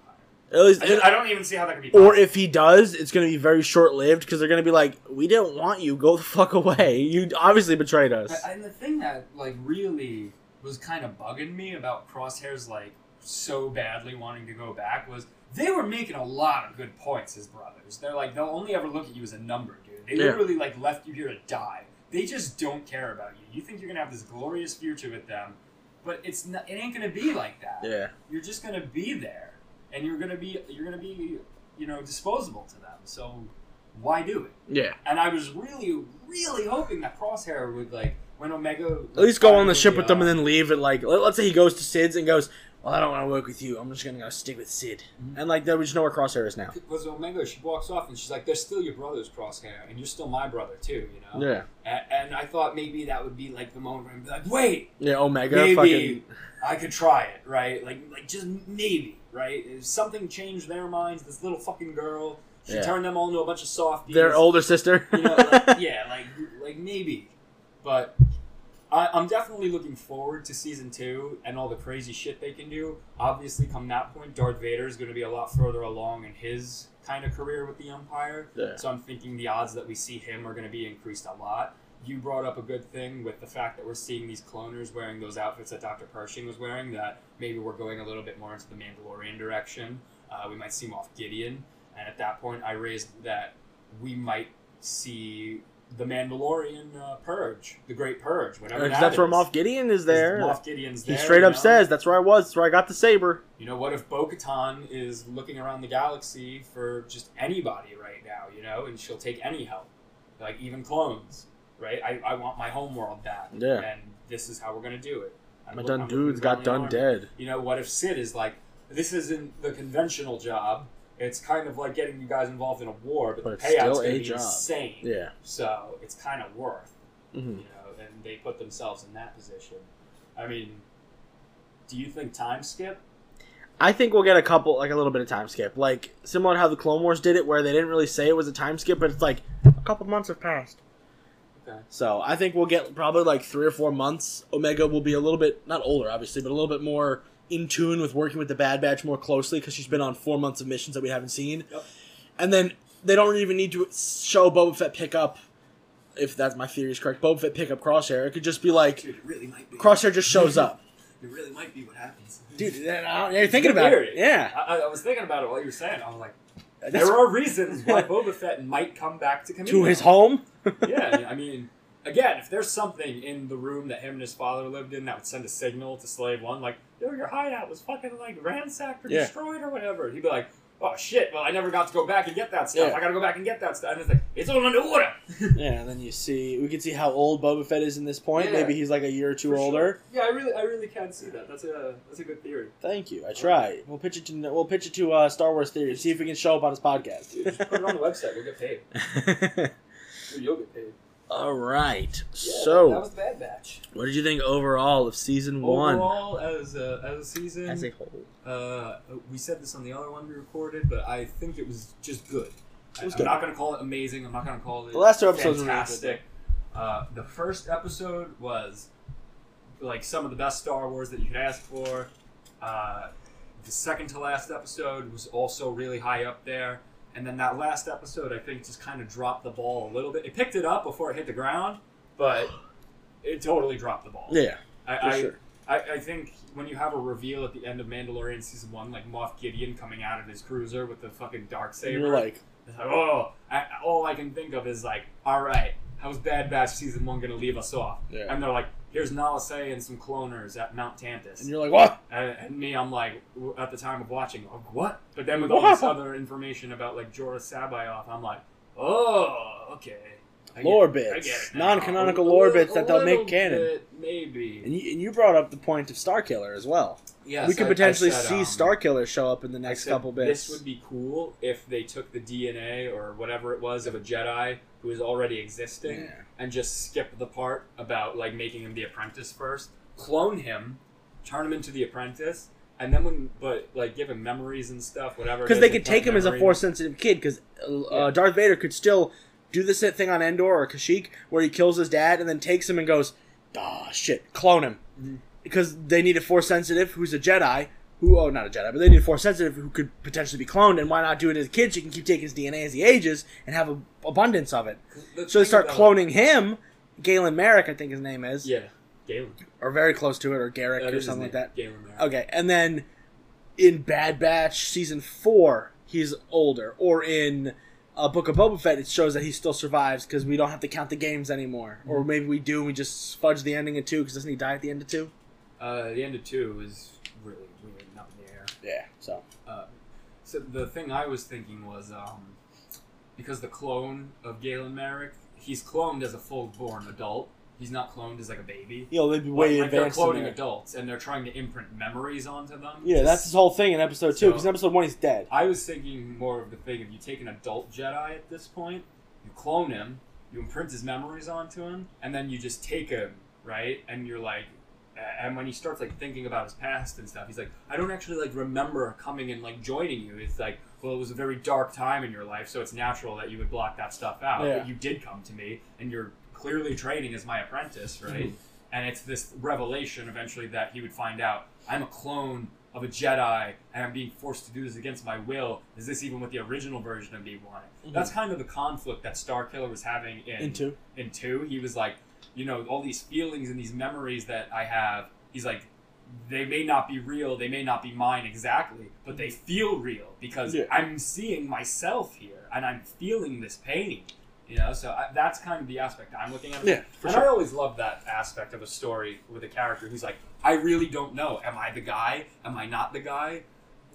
A: at least.
B: I, don't- I don't even see how that could be possible.
A: or if he does, it's going to be very short lived because they're going to be like, "We didn't want you. Go the fuck away. You obviously betrayed us."
B: A- And the thing that like really was kind of bugging me about Crosshair's like so badly wanting to go back was they were making a lot of good points as brothers. They're like they'll only ever look at you as a number, dude. They
A: Yeah.
B: literally like left you here to die. They just don't care about you. You think you're gonna have this glorious future with them, but it's not, it ain't gonna be like that.
A: Yeah.
B: You're just gonna be there, and you're gonna be you're gonna be you know disposable to them. So why do it?
A: Yeah.
B: And I was really really hoping that Crosshair would like when Omega
A: At least go on the ship with them and then leave. And like, let- let's say he goes to Sid's and goes, "Well, I don't want to work with you. I'm just gonna go stick with Sid."
B: Mhm.
A: And like, that we just know where Crosshair is now.
B: was Omega. She walks off and she's like, "They're still your brothers, Crosshair, and you're still my brother too." You know.
A: Yeah.
B: A- And I thought maybe that would be like the moment where I'd be like, wait,
A: Yeah. Omega.
B: maybe
A: Fucking.
B: I could try it, right? Like, like just maybe, right? If something changed their minds, this little fucking girl, she
A: Yeah.
B: turned them all into a bunch of softies.
A: Their older sister.
B: you know, like, yeah, like, like maybe. But I, I'm definitely looking forward to season two and all the crazy shit they can do. Obviously, come that point, Darth Vader is going to be a lot further along in his kind of career with the Empire.
A: Yeah.
B: So I'm thinking the odds that we see him are going to be increased a lot. You brought up a good thing with the fact that we're seeing these cloners wearing those outfits that Dr. Pershing was wearing, that maybe we're going a little bit more into the Mandalorian direction. Uh, we might see Moff Gideon. And at that point, I raised that we might see the Mandalorian uh, Purge, the Great Purge, whatever that
A: that's where
B: is.
A: Moff Gideon is there.
B: Moff Gideon's
A: he
B: there.
A: straight
B: you
A: up
B: know?
A: says, "That's where I was. That's where I got the saber."
B: You know, what if Bo Katan is looking around the galaxy for just anybody right now, you know, and she'll take any help, like even clones, right? I, I want my homeworld back.
A: Yeah.
B: And this is how we're going to do it. I'm
A: My
B: look-
A: done
B: I'm looking
A: dudes
B: around
A: got
B: the
A: done
B: army.
A: dead.
B: You know, what if Sid is like, this isn't the conventional job. It's kind of like getting you guys involved in a war, but,
A: But
B: the
A: it's still
B: payout's going
A: a
B: to be
A: job.
B: insane.
A: Yeah.
B: So it's kind of worth
A: hmm
B: you know, and they put themselves in that position. I mean, do you think time skip?
A: I think we'll get a couple, like a little bit of time skip, like similar to how the Clone Wars did it, where they didn't really say it was a time skip, but it's like a couple months have passed.
B: Okay.
A: So I think we'll get probably like three or four months. Omega will be a little bit not older, obviously, but a little bit more in tune with working with the Bad Batch more closely because she's been on four months of missions that we haven't seen,
B: Yep.
A: and then they don't even need to show Boba Fett pick up. If that's my theory is correct, Boba Fett pick up Crosshair. It could just be like
B: it really might be.
A: Crosshair just shows up,
B: It really might be what happens,
A: dude. You're thinking about it, yeah.
B: I, I was thinking about it while you were saying. it. I was like,
A: That's-
B: there are reasons why Boba Fett might come back to Kamino.
A: to his home.
B: yeah, I mean, again, if there's something in the room that him and his father lived in that would send a signal to Slave One, like, yo, your hideout was fucking like ransacked or
A: Yeah.
B: destroyed or whatever, he'd be like, oh shit, well, I never got to go back and get that stuff.
A: Yeah.
B: I gotta go back and get that stuff. And it's like, it's all under order.
A: Yeah, and then you see we can see how old Boba Fett is in this point.
B: Yeah.
A: Maybe he's like a year or two
B: For sure.
A: older.
B: Yeah, I really, I really can see that. That's a, that's a good theory.
A: Thank you. I try. We'll pitch it to we'll pitch it to uh, Star Wars Theory. See if we can show up on his
B: Dude, just put it on
A: podcast.
B: the website. You'll get paid. Dude, you'll get paid.
A: All right.
B: Yeah,
A: so,
B: that was the Bad Batch.
A: what did you think overall of season one
B: Overall, as a, as a season,
A: as a whole?
B: Uh, we said this on the other one we recorded, but I think it was just good.
A: It was
B: I,
A: good.
B: am not going to call it amazing. I'm not going to call it
A: The last two episodes were really good,
B: fantastic. Uh, the first episode was like some of the best Star Wars that you could ask for. Uh, the second to last episode was also really high up there. And then that last episode, I think, just kind of dropped the ball a little bit. It picked it up before it hit the ground, but it totally dropped the ball.
A: Yeah,
B: I,
A: for
B: I,
A: sure.
B: I, I think when you have a reveal at the end of Mandalorian season one, like Moff Gideon coming out of his cruiser with the fucking dark
A: You
B: saber,
A: were like,
B: it's like, oh, I, all I can think of is like, all right, how's Bad Batch season one gonna leave us off?
A: Yeah.
B: And they're like, here's Nalase and some cloners at Mount Tantus.
A: and you're like, what?
B: And, and me, I'm like, w- at the time of watching, like, what? But then with all this other information about like Jorah Sabayoth, I'm like, oh, okay. I get-
A: Lore
B: I
A: bits,
B: get it now.
A: non-canonical
B: A
A: lore
B: little-
A: bits that
B: a
A: they'll
B: little
A: make canon.
B: bit, maybe.
A: And you, and you brought up the point of Star Killer as well.
B: Yes,
A: we could
B: I- I
A: potentially
B: said,
A: see
B: um,
A: Star Killer show up in the
B: I
A: next
B: said
A: couple bits.
B: This would be cool if they took the DNA or whatever it was of a Jedi who is already existing
A: Yeah.
B: and just skip the part about like making him the apprentice first, clone him, turn him into the apprentice, and then when but like give him memories and stuff, whatever. it
A: because
B: is,
A: they
B: and
A: could
B: put
A: take him as a
B: memory-
A: force sensitive kid. Because uh,
B: Yeah.
A: Darth Vader could still do this thing on Endor or Kashyyyk, where he kills his dad and then takes him and goes, "Ah, shit, clone him,"
B: Mhm.
A: because they need a force sensitive who's a Jedi. Who, oh, not a Jedi, but they need a force sensitive who could potentially be cloned. And why not do it as a kid? So you can keep taking his DNA as he ages and have a abundance of it.
B: The
A: So they
B: thing
A: start
B: about-
A: cloning him. Galen Merrick, I think his name is,
B: Yeah, Galen.
A: or very close to it, or Garrick
B: That
A: or
B: is his
A: something like
B: name,
A: that.
B: Galen. Merrick.
A: Okay, and then in Bad Batch season four, he's older, or in uh, Book of Boba Fett, it shows that he still survives because we don't have to count the games anymore. Or maybe we do and we just fudge the ending of two because doesn't he die at the end of two?
B: Uh, the end of two is really weird and up in the air.
A: Yeah. So
B: Uh, so the thing I was thinking was um, because the clone of Galen Merrick, he's cloned as a full-born adult. He's not cloned as like a baby.
A: you know they'd be
B: Like-
A: way
B: like, they're
A: advanced. in
B: cloning
A: there.
B: adults, and they're trying to imprint memories onto them.
A: yeah,
B: Just-
A: that's his whole thing in episode two
B: So-
A: because in episode one he's dead.
B: I was thinking more of the thing if you take an adult Jedi at this point, you clone him, you imprint his memories onto him, and then you just take him, right? And you're like, a- and when he starts like thinking about his past and stuff, he's like, I don't actually like remember coming and like joining you. It's like, well, it was a very dark time in your life, so it's natural that you would block that stuff out.
A: Yeah.
B: But you did come to me, and you're clearly training as my apprentice, right? and it's this revelation eventually that he would find out I'm a clone of a Jedi and I'm being forced to do this against my will. Is this even what the original version of me wanted? That's kind of the conflict that Star Killer was having in
A: In two.
B: in two. He was like, you know, all these feelings and these memories that I have. He's like, they may not be real, they may not be mine exactly, but they feel real because
A: Yeah.
B: I'm seeing myself here and I'm feeling this pain. You know, so I, that's kind of the aspect I'm looking at.
A: Yeah, for
B: and
A: sure.
B: I always love that aspect of a story with a character who's like, I really don't know. Am I the guy? Am I not the guy?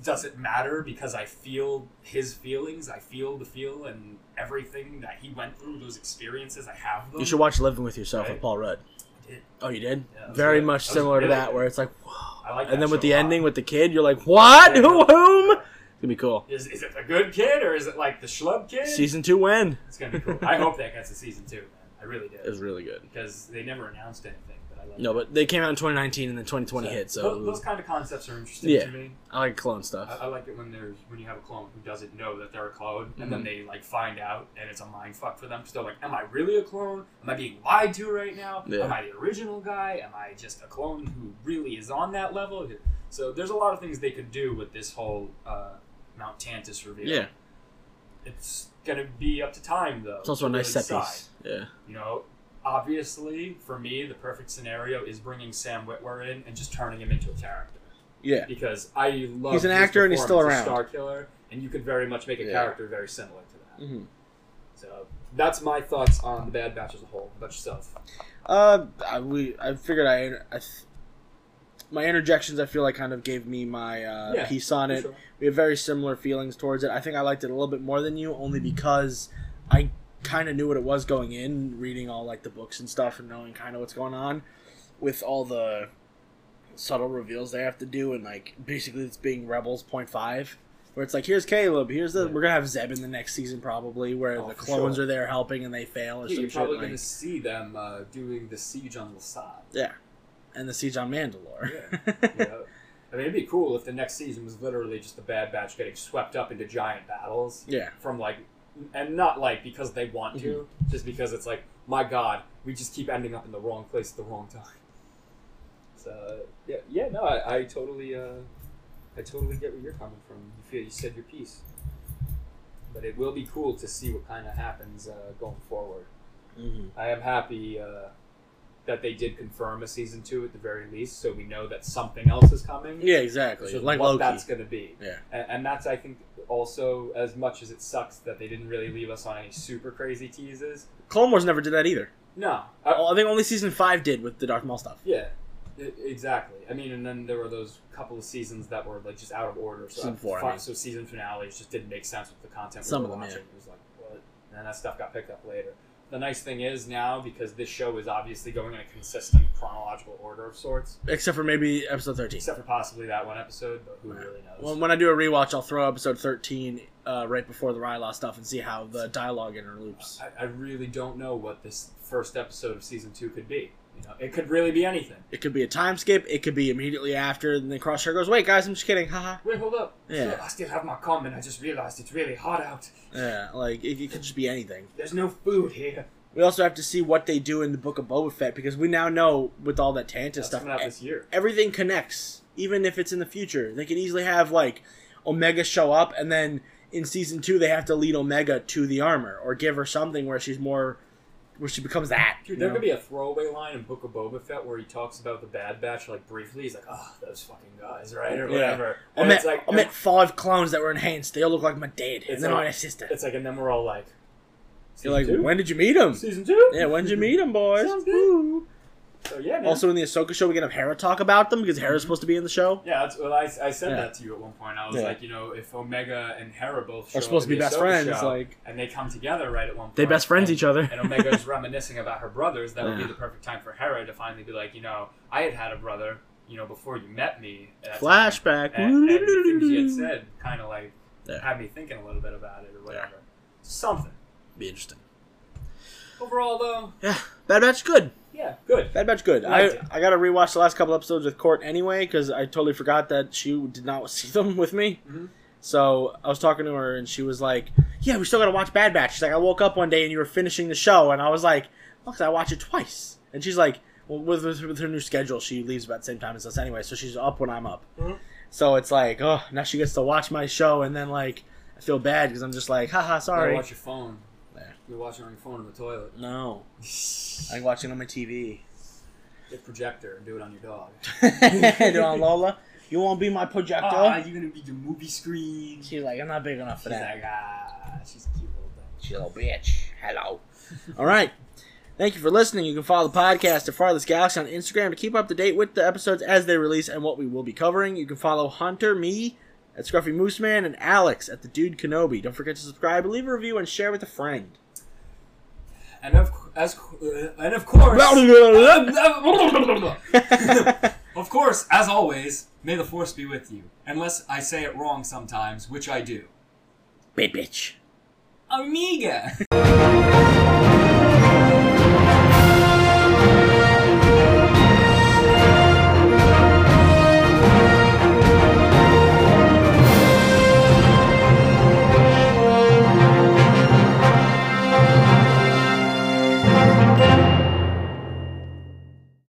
B: Does it matter because I feel his feelings? I feel the feel and everything that he went through, those experiences. I have them.
A: You should watch Living with Yourself with
B: Right.
A: Paul Rudd.
B: I did.
A: Oh, you did?
B: Yeah, that was
A: Very
B: good.
A: much
B: That was
A: similar to
B: really
A: that,
B: good.
A: where it's like, whoa.
B: I like that
A: and then with
B: show
A: the
B: a lot.
A: ending with the kid, you're like, what?
B: Yeah.
A: Who? Whom? It's gonna be cool.
B: Is, is it the good kid or is it like the schlub kid?
A: Season two when?
B: It's gonna be cool. I hope that gets a season two. Man. I really
A: It was
B: do
A: really good.
B: because they never announced anything. But I love
A: No, but they came out in 2019 and then 2020
B: So,
A: hit,
B: those,
A: so
B: those kind of concepts are interesting
A: Yeah.
B: to me.
A: I like clone
B: I,
A: stuff.
B: I like it when there's when you have a clone who doesn't know that they're a clone, and
A: Mhm.
B: then they like find out, and it's a mind fuck for them. So they're like, "Am I really a clone? Am I being lied to right now?
A: Yeah.
B: Am I the original guy? Am I just a clone who really is on that level?" So there's a lot of things they could do with this whole uh, Mount Tantus reveal.
A: Yeah,
B: It's gonna be up to time though.
A: it's also a
B: to
A: nice
B: really
A: set
B: decide.
A: piece. Yeah,
B: You know, obviously for me, the perfect scenario is bringing Sam Witwer in and just turning him into a character
A: yeah,
B: because I love
A: He's an
B: his
A: actor and he's still
B: performance as
A: around.
B: Star Killer, and you could very much make a
A: Yeah.
B: character very similar to that.
A: Mhm.
B: So that's my thoughts on the Bad Batch as a whole. About yourself,
A: Uh, I, we I figured I, I th- my interjections I feel like kind of gave me my uh,
B: Yeah,
A: piece on
B: For
A: it.
B: sure.
A: We have very similar feelings towards it. I think I liked it a little bit more than you, only because I kind of knew what it was going in, reading all like the books and stuff, and knowing kind of what's going on with all the subtle reveals they have to do, and like basically it's being Rebels point five, where it's like here's Caleb, here's the
B: Yeah.
A: we're gonna have Zeb in the next season probably, where
B: Oh,
A: the
B: for
A: clones
B: sure.
A: are there helping and they fail or
B: Yeah,
A: some
B: you're
A: shit.
B: probably
A: like-
B: going to see them uh, doing the siege on Lasad.
A: yeah, and the siege on Mandalore.
B: You know? I mean, it'd be cool if the next season was literally just the Bad Batch getting swept up into giant battles
A: yeah,
B: from like, and not like because they want to, just because it's like, my God, we just keep ending up in the wrong place at the wrong time. So uh, yeah, yeah, no, I, I totally, uh, I totally get where you're coming from. You feel you said your piece, but it will be cool to see what kind of happens uh, going forward.
A: hmm
B: I am happy uh, that they did confirm a season two at the very least, so we know that something else is coming.
A: yeah, exactly.
B: So
A: like
B: what
A: Loki.
B: that's going to be.
A: Yeah.
B: And, and that's, I think, also as much as it sucks that they didn't really leave us on any super crazy teases.
A: Clone Wars never did that either.
B: No. I,
A: Oh, I think only season five did with the Darth Maul stuff.
B: yeah. I- Exactly. I mean, and then there were those couple of seasons that were like just out of order. So
A: Season four, I
B: fi-
A: mean.
B: so season finales just didn't make sense with the content.
A: Some
B: we
A: of
B: were
A: them, yeah.
B: watching. It was like, what? And that stuff got picked up later. The nice thing is now because this show is obviously going in a consistent chronological order of sorts,
A: Except for maybe episode 13.
B: except for possibly that one episode, but who
A: Right.
B: really knows?
A: When, when I do a rewatch, I'll throw episode 13 uh, right before the Rylaw stuff and see how the dialogue interloops.
B: I, I really don't know what this first episode of season two could be. You know, it could really be anything.
A: It could be a time skip, it could be immediately after, and then Crosshair goes, wait, guys, I'm just kidding, haha.
B: Wait, hold up.
A: Yeah.
B: So I still have my comment. I just realized it's really hot out.
A: Yeah, like, it, it could just be anything.
B: There's no food here.
A: We also have to see what they do in the Book of Boba Fett, because we now know, with all that Tantus
B: That's
A: stuff,
B: coming out this year.
A: everything connects, even if it's in the future. They could easily have like Omega show up, and then in season two they have to lead Omega to the armor or give her something where she's more where she becomes that. you
B: Dude, there
A: know?
B: could be a throwaway line in Book of Boba Fett where he talks about the Bad Batch like briefly. He's like, "Oh, those fucking guys, right?" Or
A: Yeah.
B: whatever.
A: I
B: And
A: met,
B: it's like,
A: I met five clones that were enhanced. They all look like my dad,
B: It's
A: and then
B: like-
A: I had a sister.
B: it's like, and then we're all like,
A: You're like,
B: "Season two?
A: when did you meet him?
B: Season two?
A: Yeah, when did you meet him, boys?
B: Sounds good.
A: Woo.
B: So yeah, Mm-hmm. man.
A: Also, in the Ahsoka show, we can have Hera talk about them because Hera's supposed to be in the show.
B: yeah. That's, well, I, I said
A: Yeah.
B: that to you at one point. I was
A: Yeah.
B: like, you know, if Omega and Hera both show
A: They're
B: up
A: supposed to
B: in
A: be
B: the
A: best
B: Ahsoka
A: friends.
B: show,
A: Like
B: and they come together right at one point.
A: they best friends
B: and-
A: each other.
B: and Omega's reminiscing about her brothers, that would be
A: Yeah.
B: the perfect time for Hera to finally be like, you know, I had had a brother, you know, before you met me. And that's-
A: Flashback.
B: And, and the things you had said kind of like
A: Yeah.
B: had me thinking a little bit about it or whatever. Something.
A: Be interesting.
B: Overall, though,
A: Yeah, Bad Batch good.
B: yeah, good.
A: Bad Batch good.
B: Liked
A: I
B: it.
A: I gotta rewatch the last couple episodes with Court anyway because I totally forgot that she did not see them with me.
B: Mhm.
A: So I was talking to her and she was like, "Yeah, we still gotta watch Bad Batch." She's like, "I woke up one day and you were finishing the show," and I was like, "Well, 'cause I watch it twice." And she's like, "Well, with with, with her new schedule, she leaves about the same time as us anyway, so she's up when I'm up."
B: Mhm.
A: So it's like, oh, now she gets to watch my show, and then like I feel bad because I'm just like, haha,
B: You
A: sorry.
B: watch your phone.
A: There.
B: You're watching on your phone in the toilet.
A: no, I'm watching on my TV.
B: Get projector and do it on your dog.
A: Do on Lola, you won't be my projector.
B: Ah, you're gonna be the movie screen. She's
A: She's like, I'm not big enough for that.
B: like, ah, she's a cute little thing.
A: She's a little bitch. Hello. All right. Thank you for listening. You can follow the podcast at Farthest Galaxy on Instagram to keep up to date with the episodes as they release and what we will be covering. You can follow Hunter, me, at Scruffy Moose Man, and Alex at the Dude Kenobi. Don't forget to subscribe, leave a review, and share with a friend.
B: And of cou- as cou- uh, and of course, of course, as always, may the force be with you. Unless I say it wrong sometimes, which I do.
A: Big bitch.
B: Amiga.